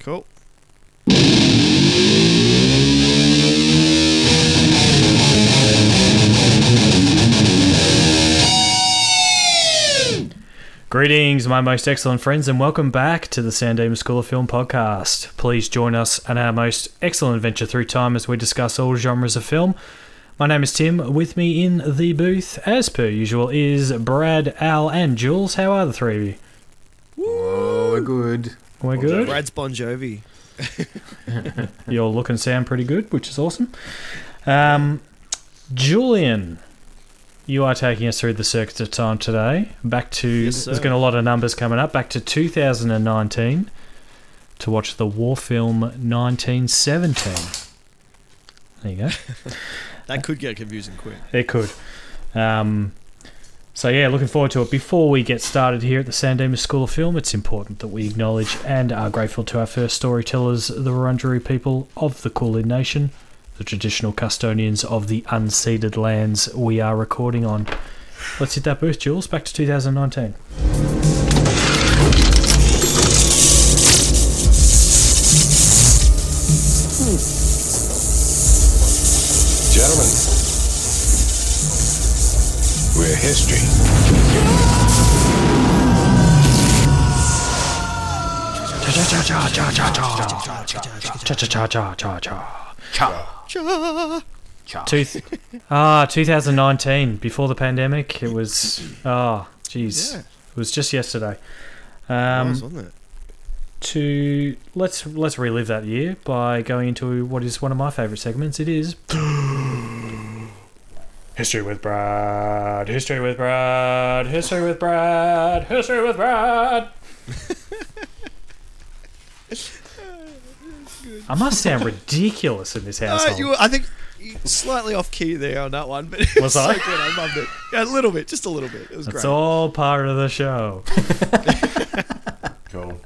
Cool. Greetings, my most excellent friends, and welcome back to the San Dimas School of Film podcast. Please join us on our most excellent adventure through time as we discuss all genres of film. My name is Tim. With me in the booth, as per usual, is Brad, Al, and Jules. How are the three of you? Oh, we're good. We're good. Brad's Bon Jovi. You all look and sound pretty good, which is awesome. Um, Julian, you are taking us through the circuit of time today. Back to Yes, there's sir. going to be a lot of numbers coming up. Back to 2019 to watch the war film 1917. There you go. That could get confusing quick. It could. Um, so yeah, looking forward to it. Before we get started here at the San Dimas School of Film, it's important that we acknowledge and are grateful to our first storytellers, the Wurundjeri people of the Kulin Nation, the traditional custodians of the unceded lands we are recording on. Let's hit that booth, Jules. Back to 2019. Gentlemen, we're history. Cha cha cha cha cha cha. Cha. Two th- ah, 2019, before the pandemic. It was. Ah, jeez. Yeah. It was just yesterday. Um, Um, wasn't it? to let's let's relive that year by going into what is one of my favorite segments. It is history with Brad. History with Brad. History with Brad. History with Brad. I must sound ridiculous in this No, household. Uh, you were, I think you- slightly off key there on that one, but it Was was so I? good. I loved it. Yeah, a little bit, just a little bit. It was it's great. all part of the show. Cool.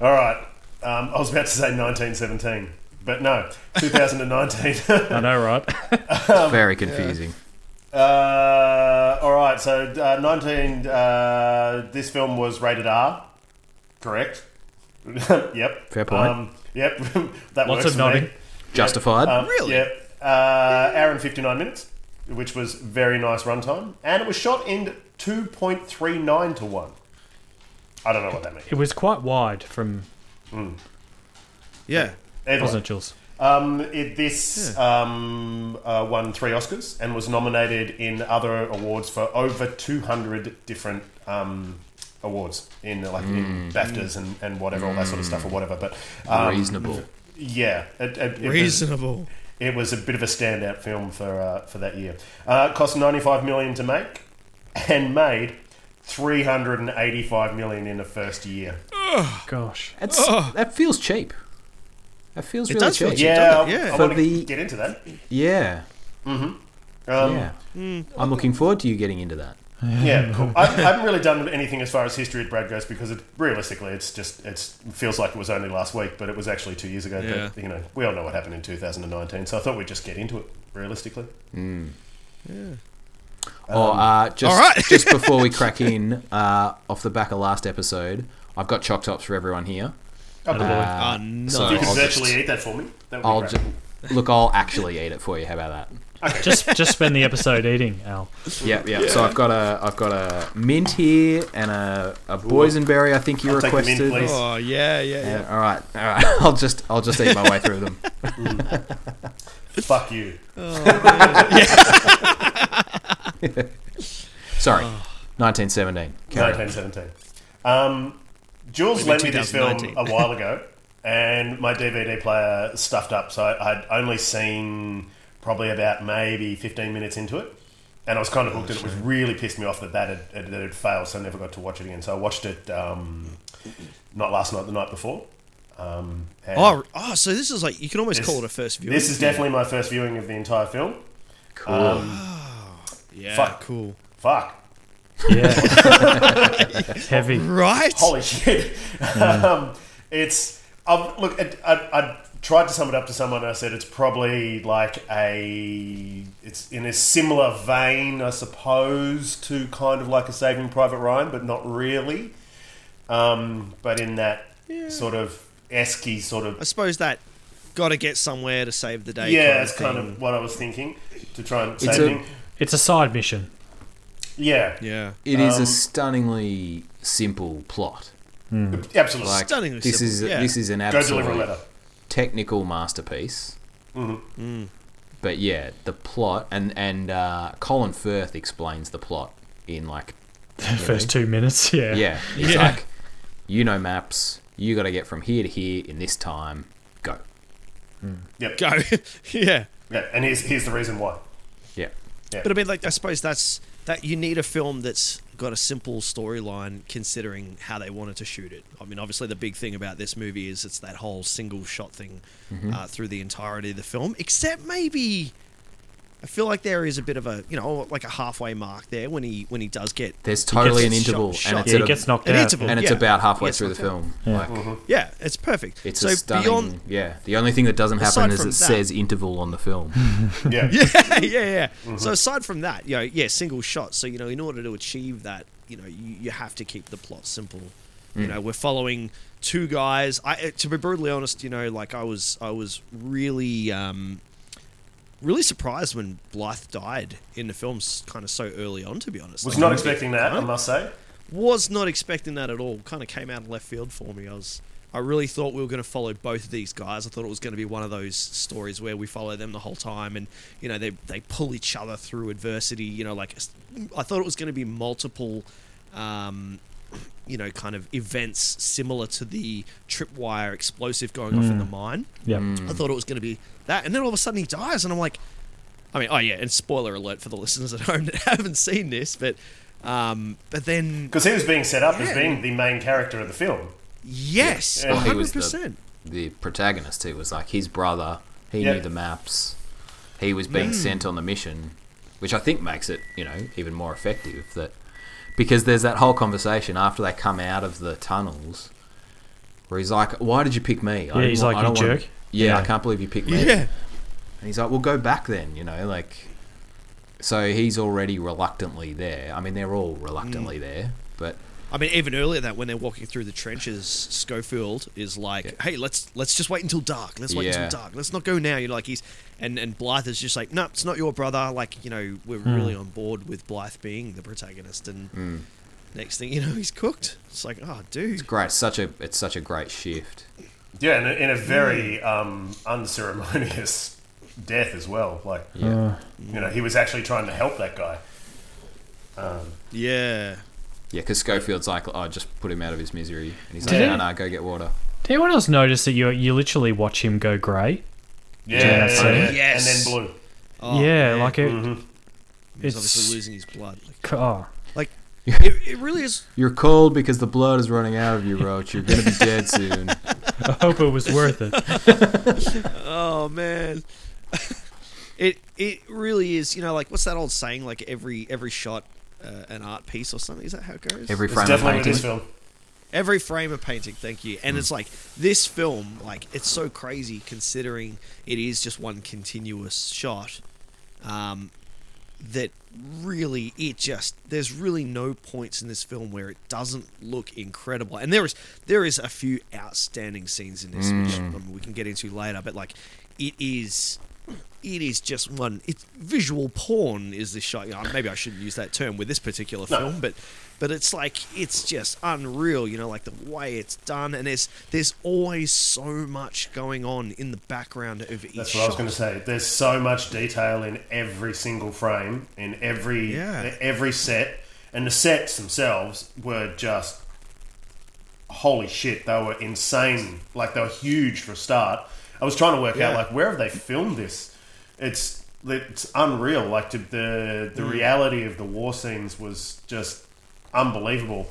All right. Um, I was about to say 1917, but no, 2019. I know, right? Very confusing. uh, all right. So uh, 19. Uh, this film was rated R. Correct. yep. Um, Fair point. yep. that Lots works of for nodding. Me. Justified. Um, Really? Yep. Uh, hour and 59 minutes, which was very nice runtime, and it was shot in 2.39 to one. I don't know what that means. It was quite wide from yeah. Either way. wasn't it, Jules? Um, it, this um, uh, won three Oscars and was nominated in other awards for over 200 different um, awards in like in BAFTAs and, and whatever, all that sort of stuff or whatever. But um, Reasonable. Yeah. It, it, it was- Reasonable. it was a bit of a standout film for uh, for that year. Uh, it cost 95 million to make and made 385 million in the first year. Gosh. That's, Oh. That feels cheap. That feels It really does feel cheap. cheap. Yeah, Yeah. I, For want to the- get into that. Yeah. Um, yeah. Hmm. I'm looking forward to you getting into that. Yeah, cool. I, I haven't really done anything as far as history at Brad goes because it, realistically, it's just it's it feels like it was only last week, but it was actually two years ago. Yeah. But you know, we all know what happened in 2019, so I thought we'd just get into it realistically. oh, Um, uh, just, all right. just before we crack in, uh, off the back of last episode, I've got choc tops for everyone here. Okay. Uh, oh, no. so you can I'll virtually just, eat that for me. That would I'll be great. just, look, I'll actually eat it for you. How about that? just just spend the episode eating, Al. Yeah, yeah. So I've got a I've got a mint here and a, a boysenberry. I think you I'll take the mint, requested. please. oh, yeah, yeah, yeah. Yeah, all right, all right. I'll just I'll just eat my way through them. Fuck you. Sorry, 1917. Carry on. 1917. Um, Jules Would lent be me this film 2019. a while ago, and my DVD player stuffed up, so I, I'd only seen probably about maybe 15 minutes into it, and I was kind of Oh, hooked, and it was really pissed me off that that had, that it had failed, so I never got to watch it again. So I watched it um, not last night, the night before. Um, and Oh, oh, so this is like, you can almost this- call it a first view. This is definitely my first viewing of the entire film. Cool. Yeah, Fuck. Ah, cool. Fuck. Yeah. Heavy. Right? holy shit. Mm. um, it's I've, look. It, I, I tried to sum it up to someone. and I said it's probably like a. It's in a similar vein, I suppose, to kind of like a Saving Private Ryan, but not really. Um, but in that sort of esky sort of I suppose that got to get somewhere to save the day. yeah, kind it's of kind thing. of what I was thinking to try and a- save him. It's a side mission. Yeah, yeah. It is a stunningly simple plot. absolutely. Like Stunningly this simple, is yeah. this is an Go deliver a absolute letter. technical masterpiece. But yeah, the plot and and uh, Colin Firth explains the plot in like The first two minutes. Yeah. yeah, he's Yeah. like you know maps. You got to get from here to here in this time. Go. Yep. Go. yeah. Yeah, and here's here's the reason why. Yeah. But I mean, like, I suppose that's that you need a film that's got a simple storyline considering how they wanted to shoot it. I mean, obviously, the big thing about this movie is it's that whole single shot thing Mm-hmm. uh, through the entirety of the film, except maybe. I feel like there is a bit of a, you know, like a halfway mark there when he when he does get There's totally an shot- interval, shot. and it's Yeah, at he a- gets knocked An out. interval. and it's Yeah. Uh-huh. about halfway Yes, through the okay. film. Like yeah, it's perfect. it's so a stunning. beyond yeah. The only thing that doesn't Aside happen is it from that- says interval on the film. Yeah. yeah, yeah, yeah. Mm-hmm. So aside from that, you know, yeah, single shot. So you know, in order to achieve that, you know, you, you have to keep the plot simple. You Mm. know, we're following two guys. I, uh, to be brutally honest, you know, like I was, I was really, um, really surprised when Blythe died in the film, kind of so early on. To be honest, Was Like, not expecting that, I must say. was not expecting that at all. Kind of came out of left field for me. I was, I really thought we were going to follow both of these guys. I thought it was going to be one of those stories where we follow them the whole time, and you know they they pull each other through adversity. You know, like I thought it was going to be multiple, um, you know, kind of events similar to the tripwire explosive going off in the mine. Yeah. Mm, I thought it was going to be that, and then all of a sudden he dies, and I'm like, I mean, oh yeah, and spoiler alert for the listeners at home that haven't seen this, but. Um, but then Because he was being set up as being the main character of the film. Yes, Yeah. a Well, he hundred was the- percent. the protagonist who was like his brother. He Yeah. knew the maps. He was Hmm. being sent on the mission, which I think makes it, you know, even more effective that because there's that whole conversation after they come out of the tunnels where he's like, "Why did you pick me?" I Yeah, didn't he's wa- like, I "You don't wanna- jerk." Yeah, I Yeah. can't believe you picked me. Yeah, And he's like, "Well, go back then," you know, like so he's already reluctantly there. I mean, they're all reluctantly Mm. there, but I mean, even earlier that when they're walking through the trenches, Schofield is like, "Hey, let's let's just wait until dark. Let's wait Yeah. until dark. Let's not go now." You're like, he's and and Blythe is just like, "No, it's not your brother." Like, you know, we're really on board with Blythe being the protagonist, and next thing you know, he's cooked. It's like, oh, dude, great, such a it's such a great shift. Yeah, and in a Hmm. very um, unceremonious death as well. Like, Uh, Yeah. you know, he was actually trying to help that guy. yeah. Yeah, because Schofield's like, oh, just put him out of his misery. And he's Did like, no, it? no, go get water. Did anyone else notice that you you literally watch him go grey? Yeah, Yeah, that's it. Yes. and then blue. Oh, yeah, man. like it. he's It's obviously losing his blood. Like, oh, like it, it really is. You're cold because the blood is running out of you, Roach. You're going to be dead soon. I hope it was worth it. Oh man. it it really is, you know, like what's that old saying like every every shot uh, an art piece or something is that how it goes? Every It's frame of definitely with painting. this film. Every frame of painting, thank you. And it's like this film like it's so crazy considering it is just one continuous shot. Um that really it just there's really no points in this film where it doesn't look incredible and there is there is a few outstanding scenes in this which I mean, we can get into later but like it is it is just one it's visual porn is this shot you know, maybe i shouldn't use that term with this particular film but but it's like it's just unreal you know like the way it's done and there's there's always so much going on in the background of each That's what shot I was going to say. There's so much detail in every single frame, in every Yeah. every set, and the sets themselves were just holy shit. They were insane. Like they were huge for a start. I was trying to work out Yeah. like where have they filmed this? It's it's unreal. Like to, the the reality of the war scenes was just unbelievable.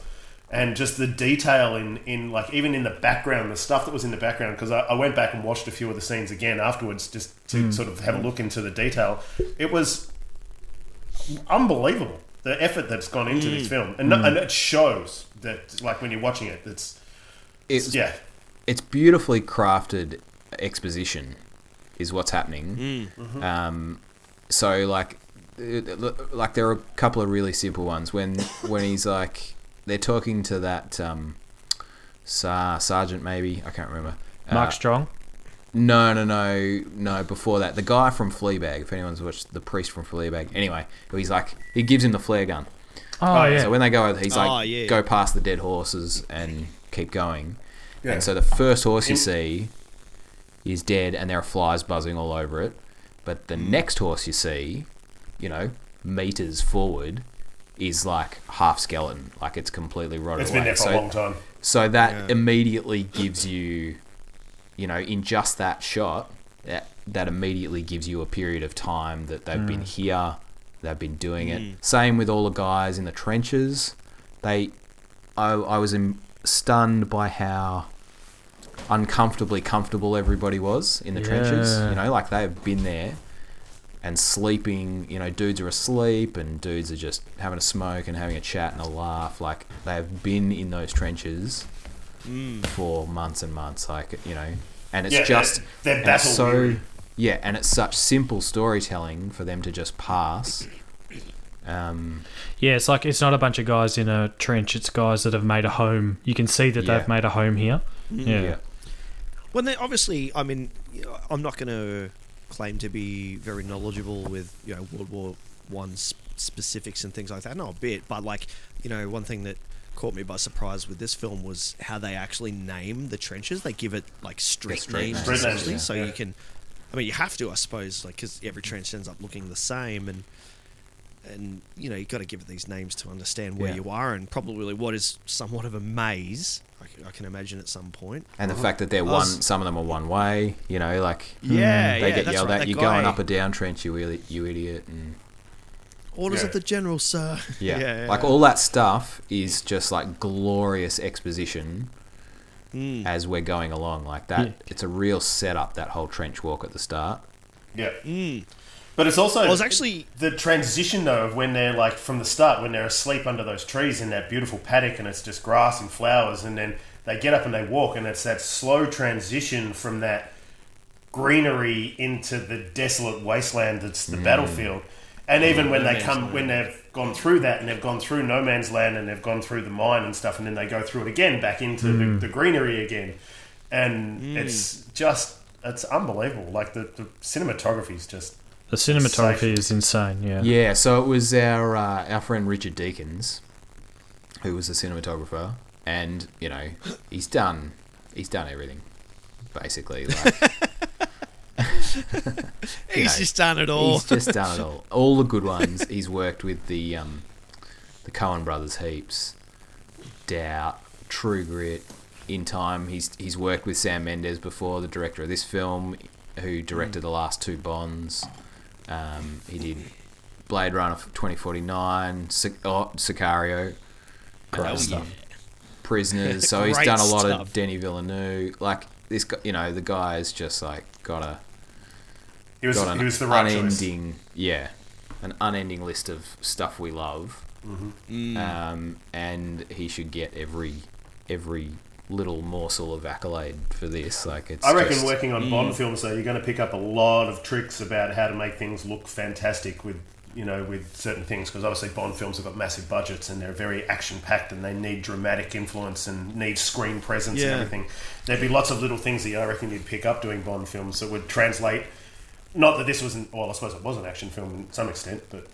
And just the detail in, in like even in the background, the stuff that was in the background, because I, I went back and watched a few of the scenes again afterwards just to sort of have a look into the detail. It was unbelievable the effort that's gone into this film, and, no- and it shows that like when you're watching it, it's It's, yeah, it's beautifully crafted exposition, is what's happening. Um, so, like, it- it look- like there are a couple of really simple ones when when he's like they're talking to that um, sar- sergeant maybe I can't remember Mark Strong. No, no, no, no. Before that, the guy from Fleabag. If anyone's watched the priest from Fleabag, anyway, he's like he gives him the flare gun. Oh, yeah. So when they go, over, he's like, Oh, yeah. go past the dead horses and keep going. And so the first horse you see is dead, and there are flies buzzing all over it. But the Mm. next horse you see, you know, meters forward, is like half skeleton, like it's completely rotted It's away. been there for so a long time. so that immediately gives you, you know, in just that shot, that, that immediately gives you a period of time that they've been here, they've been doing it. Same with all the guys in the trenches. They, I, I was im stunned by how uncomfortably comfortable everybody was in the trenches. Yeah. You know, like they've been there and sleeping. You know, dudes are asleep and dudes are just having a smoke and having a chat and a laugh. Like they have been in those trenches for months and months. Like you know, and it's Yeah, just they're- they're and it's so battle-weary. yeah, and it's such simple storytelling for them to just pass. Um, Yeah, it's like it's not a bunch of guys in a trench. It's guys that have made a home. You can see that Yeah. they've made a home here. Yeah. yeah. Well, then obviously, I mean, you know, I'm not going to claim to be very knowledgeable with you know World War One sp- specifics and things like that. Not a bit, but like you know, one thing that caught me by surprise with this film was how they actually name the trenches. They give it like street, street names, names, essentially, yeah. so Yeah. you can. I mean, you have to, I suppose, like because every trench ends up looking the same and. And you know you've got to give it these names to understand where Yeah. you are, and probably what is somewhat of a maze. I c I I can imagine at some point. And the fact that they're one, was- some of them are one way. You know, like Mm. Yeah, they yeah, get that's yelled right, at. that You're going guy- up a down trench, you idiot. You idiot and, Orders Yeah. of the general, sir. Yeah. Like all that stuff is just like glorious exposition Mm. as we're going along. Like that, Yeah. it's a real setup, that whole trench walk at the start. Yeah. Hmm. But it's also I was actually the transition though of when they're like from the start when they're asleep under those trees in that beautiful paddock and it's just grass and flowers and then they get up and they walk and it's that slow transition from that greenery into the desolate wasteland that's Mm. the battlefield and even when they come when they've gone through that and they've gone through no man's land and they've gone through the mine and stuff and then they go through it again back into Mm. the, the greenery again and it's just it's unbelievable like the, the cinematography is just The cinematography Safe. is insane. Yeah. Yeah, so it was our uh, our friend Richard Deakins, who was the cinematographer, and you know he's done he's done everything, basically. Like, he's know, just done it all. He's just done it all. All the good ones. He's worked with the um, the Cohen brothers heaps, Doubt, True Grit, In Time. He's he's worked with Sam Mendes before, the director of this film, who Mm. directed the last two Bonds. Um, he did Blade Runner twenty forty nine, Sic- oh, Sicario, Oh, and other yeah. stuff. Prisoners. So he's Great done a lot stuff. of Denny Villeneuve. Like this, guy, you know, the guy's just like got a He was, got an he was the right choice. unending, yeah, an unending list of stuff we love, um, and he should get every every little morsel of accolade for this. Like it's, I reckon just- working Mm. on Bond films, though, you're going to pick up a lot of tricks about how to make things look fantastic with you know with certain things because obviously Bond films have got massive budgets and they're very action packed and they need dramatic influence and need screen presence Yeah. and everything. There'd be lots of little things that I reckon you'd pick up doing Bond films that would translate. Not that this wasn't well, I suppose it was an action film to some extent, but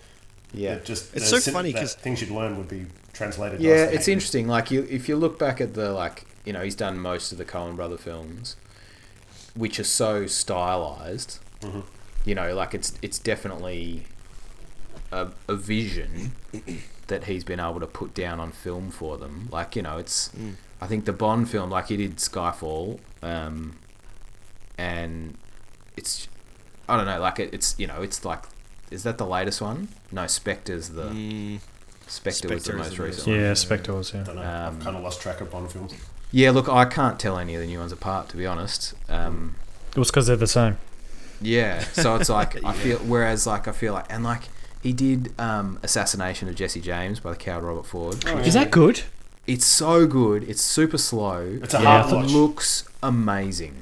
yeah, it just It's the so funny that 'cause- things you'd learn would be translated. yeah, nicely. it's interesting. Like you, if you look back at the like, you know, he's done most of the Coen Brother films, which are so stylized. You know, like it's it's definitely a, a vision that he's been able to put down on film for them. Like you know, it's I think the Bond film, like he did Skyfall, um, and it's I don't know, like it, it's you know, it's like is that the latest one? No, Spectre's the. Spectre, was the Spectre is most the recent latest one. Yeah, Spectre was. Yeah. Don't know, I've kind of lost track of Bond films. Yeah, look, I can't tell any of the new ones apart, to be honest. Um, It was because they're the same. yeah, so it's like I feel. Whereas, like, I feel like, and like, he did um, "Assassination of Jesse James" by the coward Robert Ford. Is that good? It's so good. It's super slow. It's a Yeah. hard watch. Mm. It looks amazing.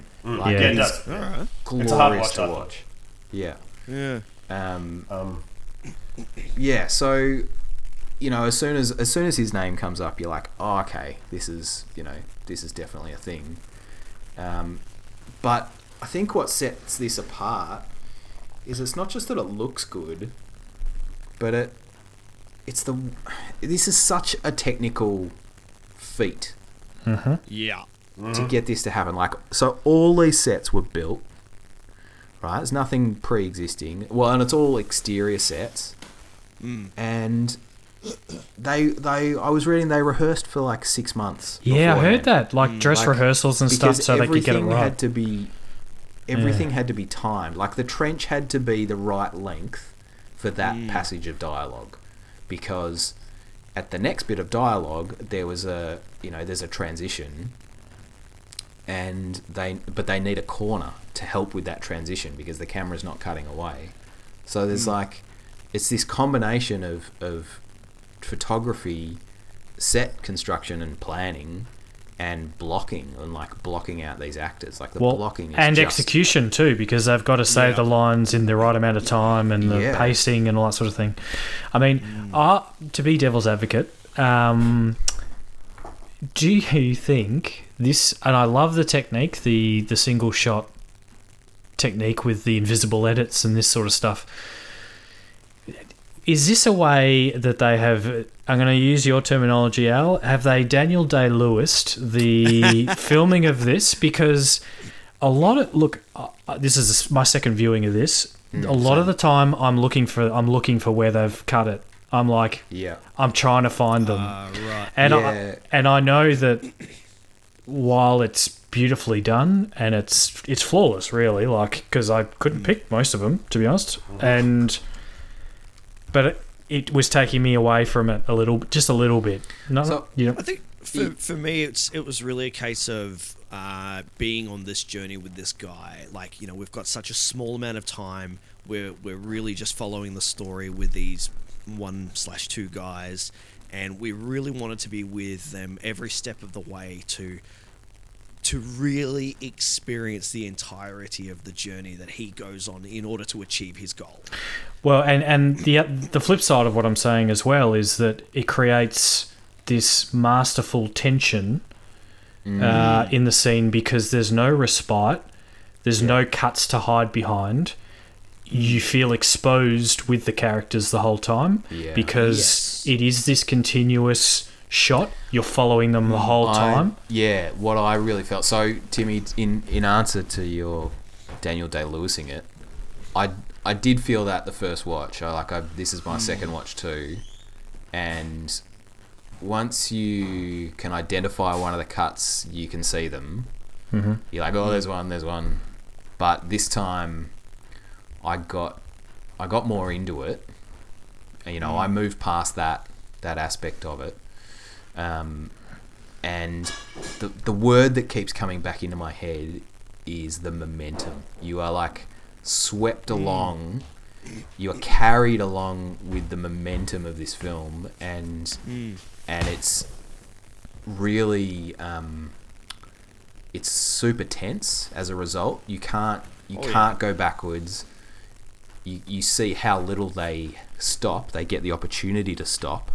Yeah. Like, yeah, it it is does. glorious It's a hard watch, to I think. watch. Yeah. yeah. Um, Um, yeah. So, you know, as soon as as soon as his name comes up, you're like, oh, okay, this is you know, this is definitely a thing. Um, But I think what sets this apart is it's not just that it looks good, but it it's the this is such a technical feat Yeah. to get this to happen. Like, so all these sets were built, right? There's nothing pre existing. Well, and it's all exterior sets. And they, they, I was reading they rehearsed for like six months. Yeah, I heard beforehand. that. Like dress Mm, Um, Like, rehearsals and stuff, Because so they could get it everything right. had to be, everything had to be timed. Like the trench had to be the right length for that passage of dialogue, because at the next bit of dialogue there was a you know there's a transition and they but they need a corner to help with that transition because the camera's not cutting away so Hmm. there's like it's this combination of of photography set construction and planning and blocking and like blocking out these actors like the well, blocking is and just- execution too, because they've got to say Yeah. the lines in the right amount of time and the Yeah. Mm. pacing and all that sort of thing. I mean, uh, to be devil's advocate, um, do you think this? And I love the technique, the the single shot technique with the invisible edits and this sort of stuff. Is this a way that they have? I'm going to use your terminology, Al. Have they Daniel Day Lewis the filming of this? Because a lot of look, uh, uh, this is my second viewing of this. a lot of the time, I'm looking for I'm looking for where they've cut it. I'm like, yeah I'm trying to find them. right. And Yeah. I and I know that while it's beautifully done and it's it's flawless, really, like because I couldn't pick most of them to be honest, and but it, it was taking me away from it a little, just a little bit. No, So- you know, I think for, for me, it's it was really a case of uh, being on this journey with this guy. Like you know, we've got such a small amount of time. We're we're really just following the story with these one slash two guys, and we really wanted to be with them every step of the way to to really experience the entirety of the journey that he goes on in order to achieve his goal. Well, and and the the flip side of what I'm saying as well is that it creates this masterful tension Mm. uh, in the scene because there's no respite, there's no cuts to hide behind. You Mm. feel exposed with the characters the whole time Yeah. because Yes. it is this continuous shot. You're following them the whole Mm, I- time. yeah, what I really felt. So, Timmy, in in answer to your Daniel Day Lewising it, I I did feel that the first watch. I like I this Hmm. is my second watch too, and once you can identify one of the cuts, you can see them. Mm-hmm. You're like, oh, there's one, there's one, but this time, I got I got more into it. And, You Hmm. know, I moved past that that aspect of it. Um, and the the word that keeps coming back into my head is the momentum. You are like swept Mm. along. You are carried along with the momentum of this film, and Mm. and it's really um, it's super tense. As a result, you can't you Oh, yeah. can't go backwards. You you see how little they stop. They get the opportunity to stop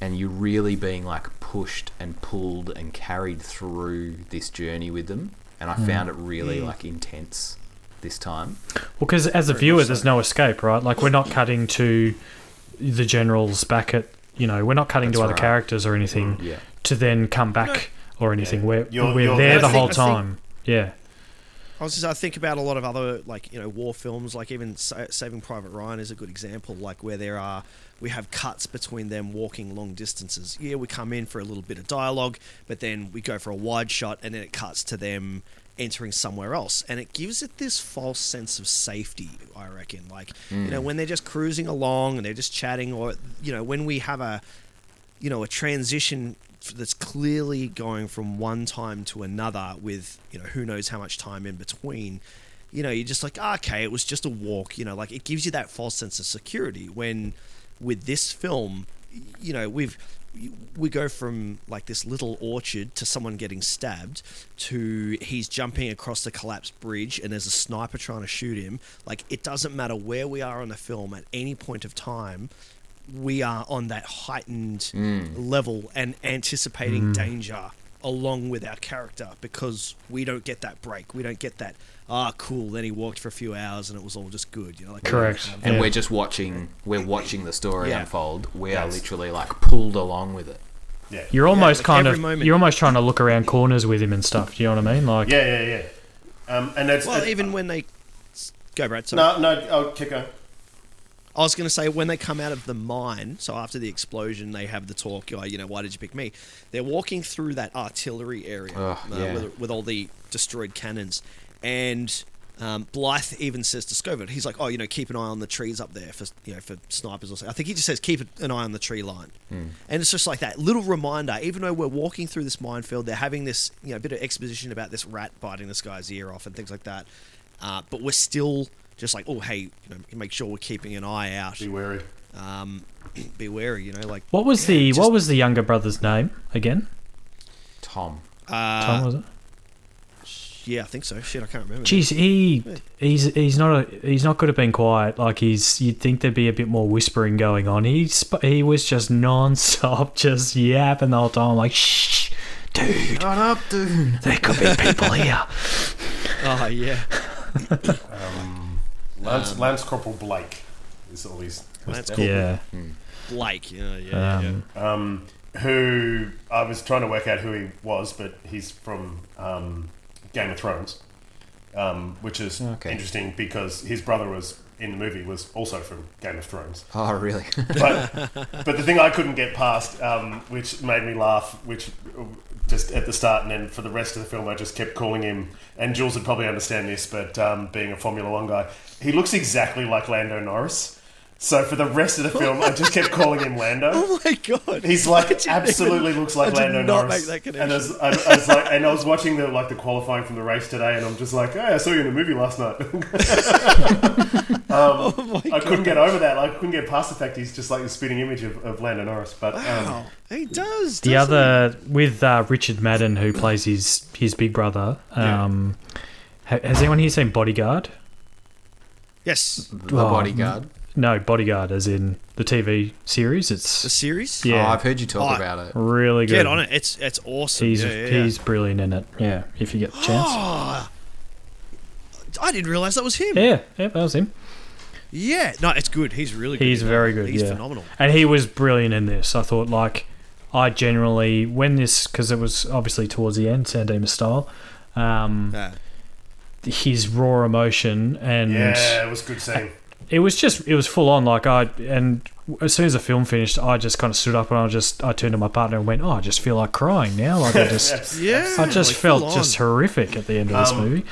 and you're really being like pushed and pulled and carried through this journey with them. And I found it really like intense this time. Well, because as a viewer, there's no escape, right? Like we're not cutting to the generals back at you know we're not cutting to That's other right. characters or anything Yeah. to then come back or anything. We're You're- we're you're there there. the I whole think- I think- time. Yeah, I was just, I think about a lot of other like you know war films, like even Sa- Saving Private Ryan is a good example, like where there are we have cuts between them walking long distances. Yeah, we come in for a little bit of dialogue, but then we go for a wide shot, and then it cuts to them entering somewhere else, and it gives it this false sense of safety. I reckon, like you know when they're just cruising along and they're just chatting, or you know when we have a you know a transition f- that's clearly going from one time to another with you know who knows how much time in between you know you're just like "Ah, okay it was just a walk you know like it gives you that false sense of security when with this film y- you know we've y- we go from like this little orchard to someone getting stabbed to he's jumping across the collapsed bridge and there's a sniper trying to shoot him like it doesn't matter where we are on the film at any point of time Mm. we are on that heightened level and anticipating danger along with our character because we don't get that break. We don't get that. Ah, cool. Then he walked for a few hours and it was all just good. You know, like we don't Correct. have and Yeah. we're just watching we're watching the story Yeah. unfold we are Yes. literally like pulled along with it Yeah. You're almost like kind every of moment. you're almost trying to look around corners with him and stuff. Do you know what I mean? Like yeah, yeah, yeah. Um, and that's Well, it- even when they go, Brad. Sorry. no, oh, no. I'll kick on. I was going to say when they come out of the mine. So after the explosion, they have the talk. oh, You know, why did you pick me? They're walking through that artillery area uh, Ugh, yeah. with, with all the destroyed cannons, and um, Blythe even says to Scoville, he's like, "Oh, you know, keep an eye on the trees up there for you know for snipers or something." I think he just says, "Keep an eye on the tree line," and it's just like that little reminder. Even though we're walking through this minefield, they're having this you know bit of exposition about this rat biting this guy's ear off and things like that, uh, but we're still just like, "Oh, hey, you know, make sure we're keeping an eye out, Be wary. um, be wary," you know, like what was the just- what was the younger brother's name again? tom Uh, Tom was it? yeah, I think so. Shit, I can't remember. Jeez, he he's he's not a he's not good at being quiet. Like he's you'd think there'd be a bit more whispering going on. He sp- he was just non-stop, just yapping the whole time. Like shh, dude, shut up dude there could be people here. Oh yeah, Lance, Lance Corporal Blake is all he's. Lance Corporal. yeah, Blake. Yeah, yeah, yeah. Who I was trying to work out who he was, but he's from um, Game of Thrones, um, which is Okay. interesting because his brother was in the movie was also from Game of Thrones. oh really but but the thing I couldn't get past, um, which made me laugh, which uh, just at the start and then for the rest of the film, I just kept calling him. And Jules would probably understand this, but um, being a Formula One guy, he looks exactly like Lando Norris. So for the rest of the film, I just kept calling him Lando. Oh my god, He's I didn't like absolutely even- looks like I did Lando not Norris. Make that and I connection. was, I, I was like, and I was watching the like the qualifying from the race today, and I'm just like, hey, I saw you in the movie last night. Um, Oh my I god. couldn't get over that. Like, I couldn't get past the fact he's just like the spitting image of, of Lando Norris. But um, Wow. He does. the doesn't other with uh, Richard Madden who plays his his big brother. Um, ha- has anyone here seen Bodyguard? he? Yes. the Oh, bodyguard No, Bodyguard, as in the TV series. The It's series. Yeah. oh i've heard you talk Oh, about it really good. Get on it. It's it's awesome. He's yeah, yeah, yeah. he's brilliant in it. Yeah, if you get the chance. Ah. I didn't realize that was him. Yeah. yeah, yeah, that was him. No, it's good. He's really good. He's in that. very good. He's yeah. phenomenal. And he was brilliant in this. I thought, like, I generally when this because it was obviously towards the end, Sandema style. Um, Yeah. his raw emotion and yeah, it was good seeing. it was just it was full on. Like I and as soon as the film finished, I just kind of stood up and I just I turned to my partner and went, "Oh, I just feel like crying now. Like I just yeah I just like, felt full on. just horrific at the end of this Um, movie."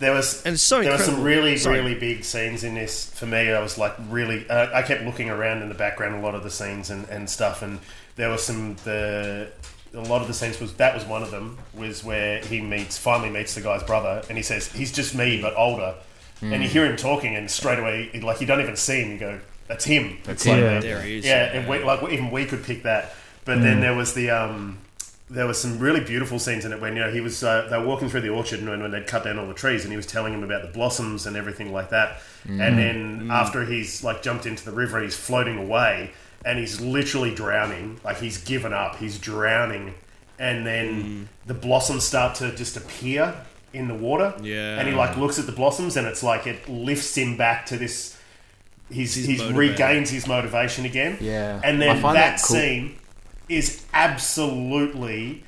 There was And it's so there were incredible. some really Sorry. really big scenes in this for me. I was like really uh, I kept looking around in the background a lot of the scenes and, and stuff, and there was some the a lot of the scenes was that was one of them was where he meets finally meets the guy's brother and he says he's just me but older, Hmm. and you hear him talking and straight away like you don't even see him you go that's him That's It's like, him. uh, There he is. yeah and we, like even we could pick that. But then there was the um, there was some really beautiful scenes in it when you know he was uh, they were walking through the orchard and when, when they'd cut down all the trees and he was telling him about the blossoms and everything like that. And then after he's like jumped into the river and he's floating away and he's literally drowning, like he's given up, he's drowning, and then the blossoms start to just appear in the water. Yeah. and he like looks at the blossoms and it's like it lifts him back to this. He's, He's he's motivated. regains his motivation again. Yeah. And then I find that, that cool. scene is absolutely,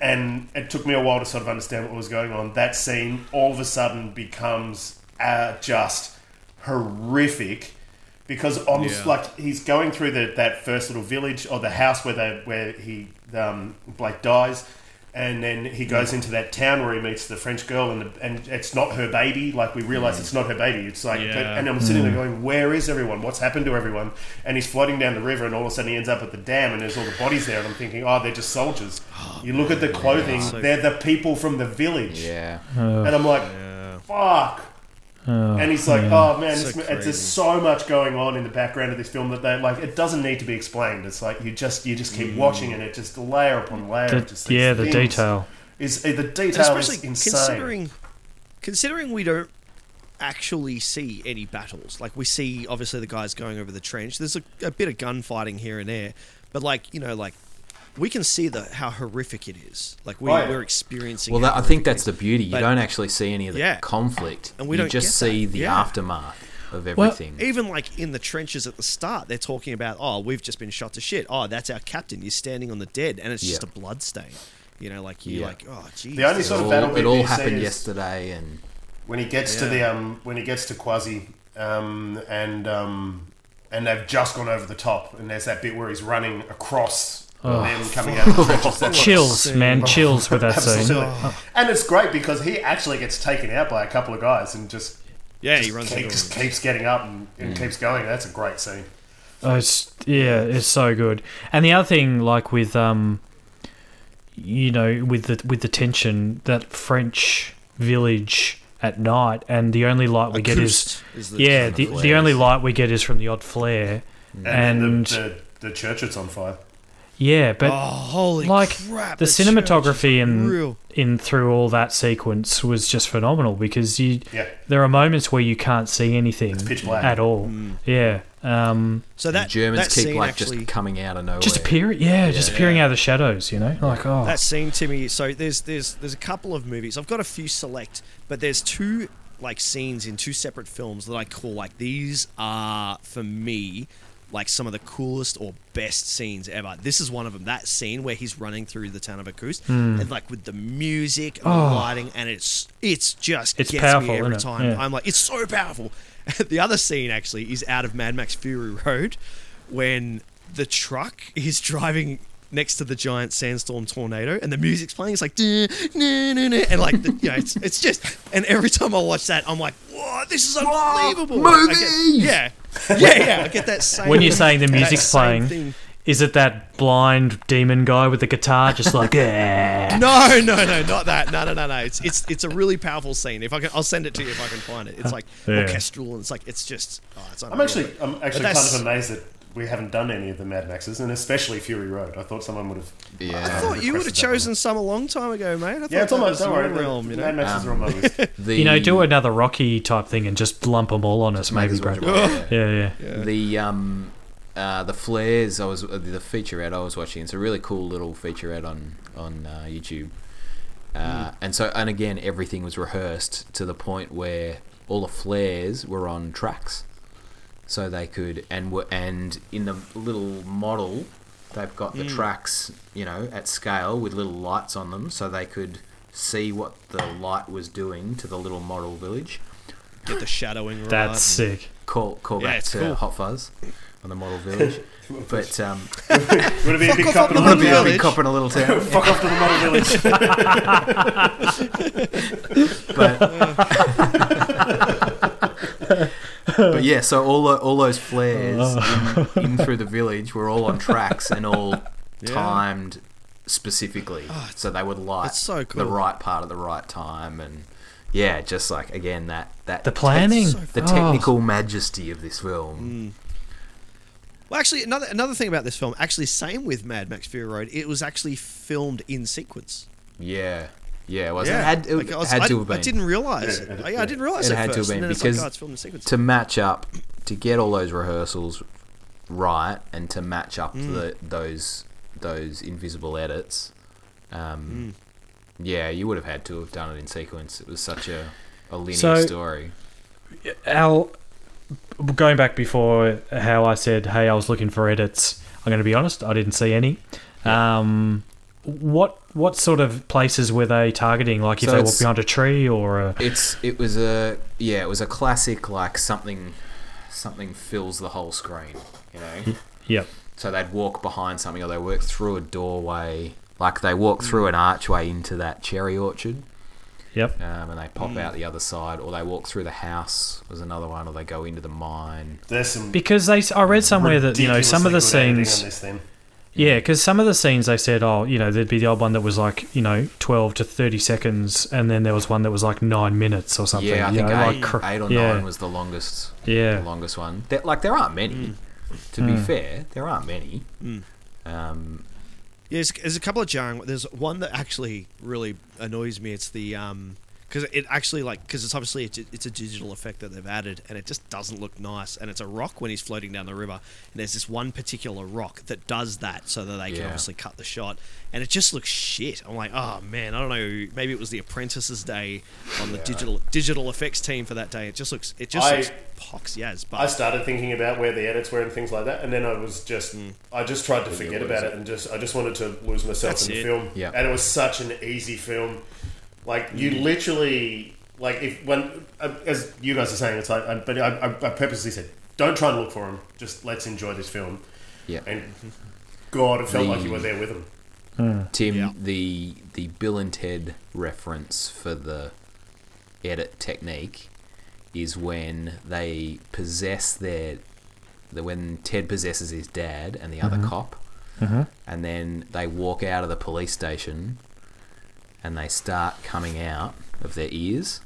and it took me a while to sort of understand what was going on. That scene all of a sudden becomes uh, just horrific because on Yeah. like he's going through the, that first little village or the house where they where he um, Blake dies. And then he goes into that town where he meets the French girl, and, the, and it's not her baby. Like we realize it's not her baby. It's like, Yeah. and I'm sitting there Hmm. going, "Where is everyone? What's happened to everyone?" And he's floating down the river, and all of a sudden he ends up at the dam, and there's all the bodies there. And I'm thinking, "Oh, they're just soldiers." Oh, You look at the clothing; they're the people from the village. yeah And I'm like, "Fuck." and he's like, "Oh man, So it's, it's just so much going on in the background of this film that they like it doesn't need to be explained. It's like you just you just Hmm. keep watching, and it just layer upon layer. The- of just these yeah, the things. detail. is eh, the And detail is especially insane. considering considering we don't actually see any battles like we see obviously the guys going over the trench there's a, a bit of gunfighting here and there but like you know like we can see the how horrific it is. Like we, Oh, yeah. we're experiencing. Well, how that, I horrific think that's it the beauty. You But- don't actually see any of the Yeah. conflict. And we you don't just get that. see the Yeah. aftermath of Well, everything. even like in the trenches at the start, they're talking about, oh, we've just been shot to shit. Oh, that's our captain. You're standing on the dead, and it's just a Yeah. blood stain. You know, like you Yeah. are like, oh, geez. The only it sort of all, battle it bit all you see happened is- yesterday, and when he gets to the um, when he gets to Quasi, um, and um, and they've just gone over the top, and there's that bit where he's running across Oh. them coming out of the trenches. That's Chills, man, chills with that scene. Absolutely, and it's great because he actually gets taken out by a couple of guys and just yeah, he runs into keeps, him. keeps getting up and, and Mm. keeps going. That's a great scene. Oh, it's yeah, it's so good. And the other thing, like with um, you know, with the with the tension, that French village at night, and the only light we get is, Acoust is the yeah, kind of the, the flares. only light we get is from the odd flare, and, And, the, the the church that's on fire. yeah, but Oh, holy like crap! the cinematography in real. in through all that sequence was just phenomenal because you Yeah. there are moments where you can't see anything pitch black. at all. Yeah. Um, So the that Germans that keep scene like actually, just coming out of nowhere. just appearing, yeah, just appearing out of the shadows, you know, like oh, that scene to me. So there's there's there's a couple of movies. I've got a few select, but there's two like scenes in two separate films that I call like these are for me like some of the coolest or best scenes ever. This is one of them. That scene where he's running through the town of Acoust Hmm. and like with the music and Oh. the lighting and it's it's just It's gets powerful, me every isn't it? time. Yeah. I'm like it's so powerful. the other scene actually is out of Mad Max Fury Road when the truck is driving next to the giant sandstorm tornado and the music's playing it's like "Duh, nah, nah, nah," and like the, you know it's, it's just and every time I watch that I'm like whoa this is unbelievable Like, I get- movies! yeah yeah yeah I get that same when you're saying the that music's same playing, thing. is it that blind demon guy with the guitar just like yeah? No, no, no, not that. No, no, no, no. It's it's it's a really powerful scene. If I can, I'll send it to you if I can find it. It's like Yeah. orchestral and it's like it's just. Oh, it's I'm actually I'm actually kind that's- of amazed that we haven't done any of the Mad Maxes, and especially Fury Road. I thought someone would have. Yeah. I thought you would have requested that one. chosen some a long time ago, mate. I thought Yeah, it's that on my. was Don't your worry. the- realm, you Mad know. Ah. Maxes are on my list. the, You know, do another Rocky type thing and just lump them all on us, maybe, as bro. well do it, yeah. Yeah, yeah. the um uh, the flares I was uh, the featurette I was watching. It's a really cool little featurette on on uh, YouTube. Uh, And so and again everything was rehearsed to the point where all the flares were on tracks, so they could and were and in the little model they've got the tracks you know at scale with little lights on them so they could see what the light was doing to the little model village Get the shadowing right. That's sick. call call Yeah, back it's to cool. Hot Fuzz on the Model Village. but um, Would it be a big off cup on in the wanna a little be a village? big cop in a little town. Fuck off to the model village. But, but yeah, so all the, all those flares Oh. in, in through the village were all on tracks and all timed specifically, so they would light Oh, it's so the cool. right part at the right time and. Yeah, just like again that that The planning, so the Oh, technical majesty of this Mm. film. Well, actually, another another thing about this film, actually, same with Mad Max Fury Road, it was actually filmed in sequence. Yeah, yeah, it was. It had, it Like, I, was- had I- to have been. I didn't realize. Yeah, it- I, I didn't realize It it had to first, have and been then it's because like, oh, it's filmed in sequence. to match up to get all those rehearsals right and to match up the, those those invisible edits um, yeah you would have had to have done it in sequence it was such a, a linear So- story Al, going back before how I said, hey, I was looking for edits. I'm going to be honest, I didn't see any. Um, what what sort of places were they targeting? Like if So they were it's- behind a tree or a, it's it was a yeah it was a classic like something something fills the whole screen you know yep, so they'd walk behind something or they walk through a doorway like they walk through an archway into that cherry orchard yep. um, and they pop out the other side, or they walk through the house was another one, or they go into the mine. There's some Because they, s- I read somewhere that you know some of the ridiculously good editing scenes. on this thing. Yeah, because some of the scenes they said, oh, you know, there'd be the odd one that was like, you know, 12 to 30 seconds, and then there was one that was like nine minutes or something. yeah, I you think know, eight, like cr- eight or yeah. nine was the longest. Yeah. Hmm. the longest one. There, like there aren't many. To be fair, there aren't many. Um, Yeah, there's, there's a couple of jarring. There's one that actually really annoys me. It's the um, because it actually like because it's obviously it's a, it's a digital effect that they've added and it just doesn't look nice and it's a rock when he's floating down the river and there's this one particular rock that does that so that they can Yeah. obviously cut the shot and it just looks shit i'm like oh man i don't know maybe it was the apprentices day on the digital digital effects team for that day it just looks it just I- looks poxy as but I started thinking about where the edits were and things like that, and then I was just, Hmm. I just tried to forget about it, and just, I just wanted to lose myself That's in the it. film. Yeah. And it was such an easy film. Like you Hmm. literally, like if when, uh, as you guys are saying, it's like, I, but I, I I purposely said, don't try and look for him. Just let's enjoy this film. Yeah. And God, it felt like you The- were there with him. Tim, Yeah. the the Bill and Ted reference for the edit technique is when they possess their the, when Ted possesses his dad and the other cop, and then they walk out of the police station and they start coming out of their ears.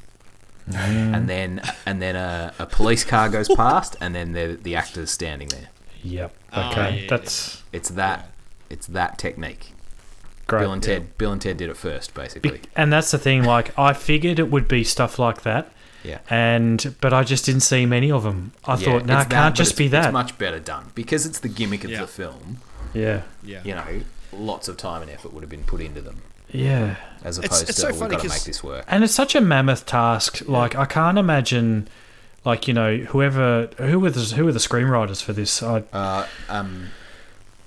And then, and then a, a police car goes past, and then the the actor's standing there. Yep. Okay. Ah, yeah, yeah. That's It's that, it's that technique. great. Bill and Ted, Bill and Ted did it first, basically. Be- and that's the thing. Like I figured it would be stuff like that, yeah. and but I just didn't see many of them. I Yeah, thought, it's nah, that, can't but just it's- be that. It's much better done because it's the gimmick of Yeah. the film. yeah. yeah You know, lots of time and effort would have been put into them Yeah. as It's- opposed it's to so "Oh, we've funny got to 'cause- make this work. And it's such a mammoth task. Like I can't imagine, like you know, whoever who were the, who were the screenwriters for this? I, Uh, um,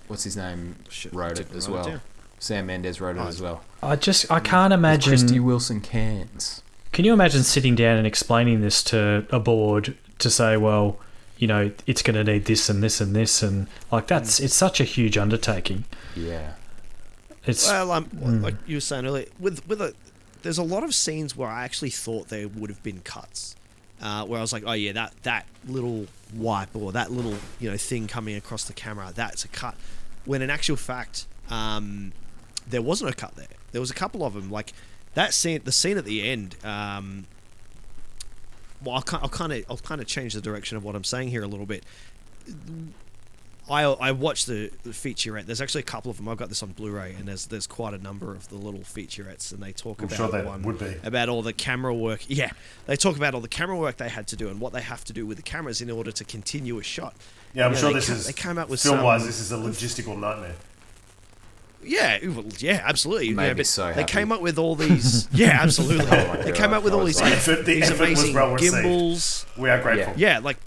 what's his name? Shit, Wrote it didn't as write it well. down. Sam Mendes wrote it as well. I just I can't Christy imagine. Wilson Cairns. Can you imagine sitting down and explaining this to a board to say, well, you know, it's going to need this and this and this and like that's it's such a huge undertaking. Yeah. It's Well, um, like you were saying earlier, with with a, there's a lot of scenes where I actually thought there would have been cuts, uh, where I was like, oh yeah, that that little wipe or that little you know thing coming across the camera, that's a cut. When in actual fact, um, there was no cut there. There was a couple of them, like that scene, the scene at the end. Um, well, I'll kind of I'll kind of change the direction of what I'm saying here a little bit. I I watched the, the featurette. There's actually a couple of them. I've got this on Blu-ray, and there's there's quite a number of the little featurettes, and they talk I'm about sure the that one would be. about all the camera work. Yeah, they talk about all the camera work they had to do and what they have to do with the cameras in order to continue a shot. Yeah, I'm You know, sure they this ca- is they came out with film wise. some- This is a logistical nightmare. Yeah, it was- yeah, absolutely. yeah, Made me but so They happy. Oh came up with all these. yeah, absolutely. my they God, came up with I all was these, like- Effort- the these effort was amazing well received. gimbals. We are grateful. Yeah, like,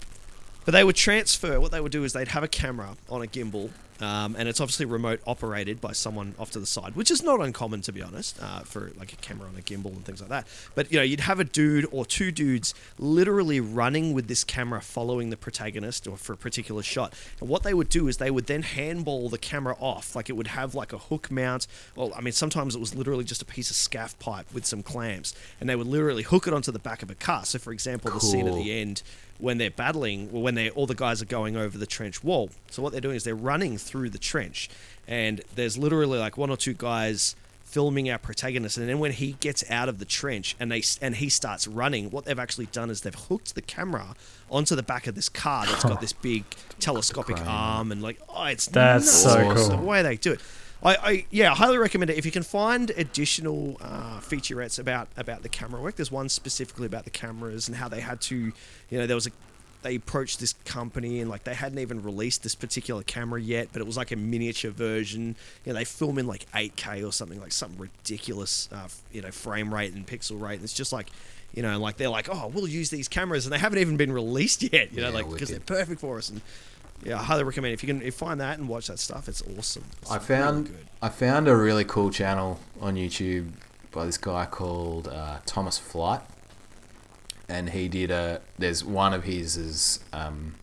but they would transfer. What they would do is they'd have a camera on a gimbal, um, and it's obviously remote operated by someone off to the side, which is not uncommon to be honest uh, for like a camera on a gimbal and things like that. But you know, you'd have a dude or two dudes literally running with this camera, following the protagonist or for a particular shot. And what they would do is they would then handball the camera off, like it would have like a hook mount. Well, I mean, sometimes it was literally just a piece of scaff pipe with some clamps, and they would literally hook it onto the back of a car. So, for example, the scene at Cool. the end end when they're battling, well, when they all the guys are going over the trench wall. So what they're doing is they're running through the trench, and there's literally like one or two guys filming our protagonist. And then when he gets out of the trench and they and he starts running, what they've actually done is they've hooked the camera onto the back of this car that's got this big telescopic arm, and like oh, it's That's nuts. so Awesome. cool. The way they do it. I, I yeah, I highly recommend it. If you can find additional uh, featurettes about about the camera work, there's one specifically about the cameras and how they had to, you know, there was a they approached this company and like they hadn't even released this particular camera yet, but it was like a miniature version. You know, they film in like 8K or something like something ridiculous, uh, f- you know, frame rate and pixel rate. And it's just like, you know, like they're like, oh, we'll use these cameras, and they haven't even been released yet. You know, Yeah, like because they're wicked. perfect for us and. Yeah, I highly recommend it. if you can if you find that and watch that stuff. It's awesome. It's I really found good. I found a really cool channel on YouTube by this guy called uh, Thomas Flight, and he did a. There's one of his is um,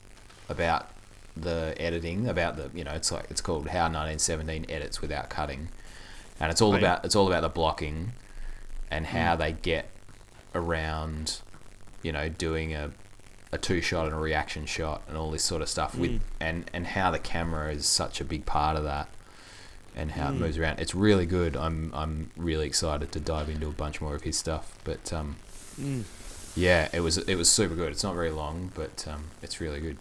about the editing, about the you know it's like it's called How 1917 Edits Without Cutting, and it's all Right. Hmm. about it's all about the blocking, and how they get around, you know, doing a a two shot and a reaction shot and all this sort of stuff with Hmm. and and how the camera is such a big part of that and how Hmm. it moves around. It's really good. I'm I'm really excited to dive into a bunch more of his stuff. But um, Hmm. yeah, it was it was super good. It's not very long, but um, it's really good.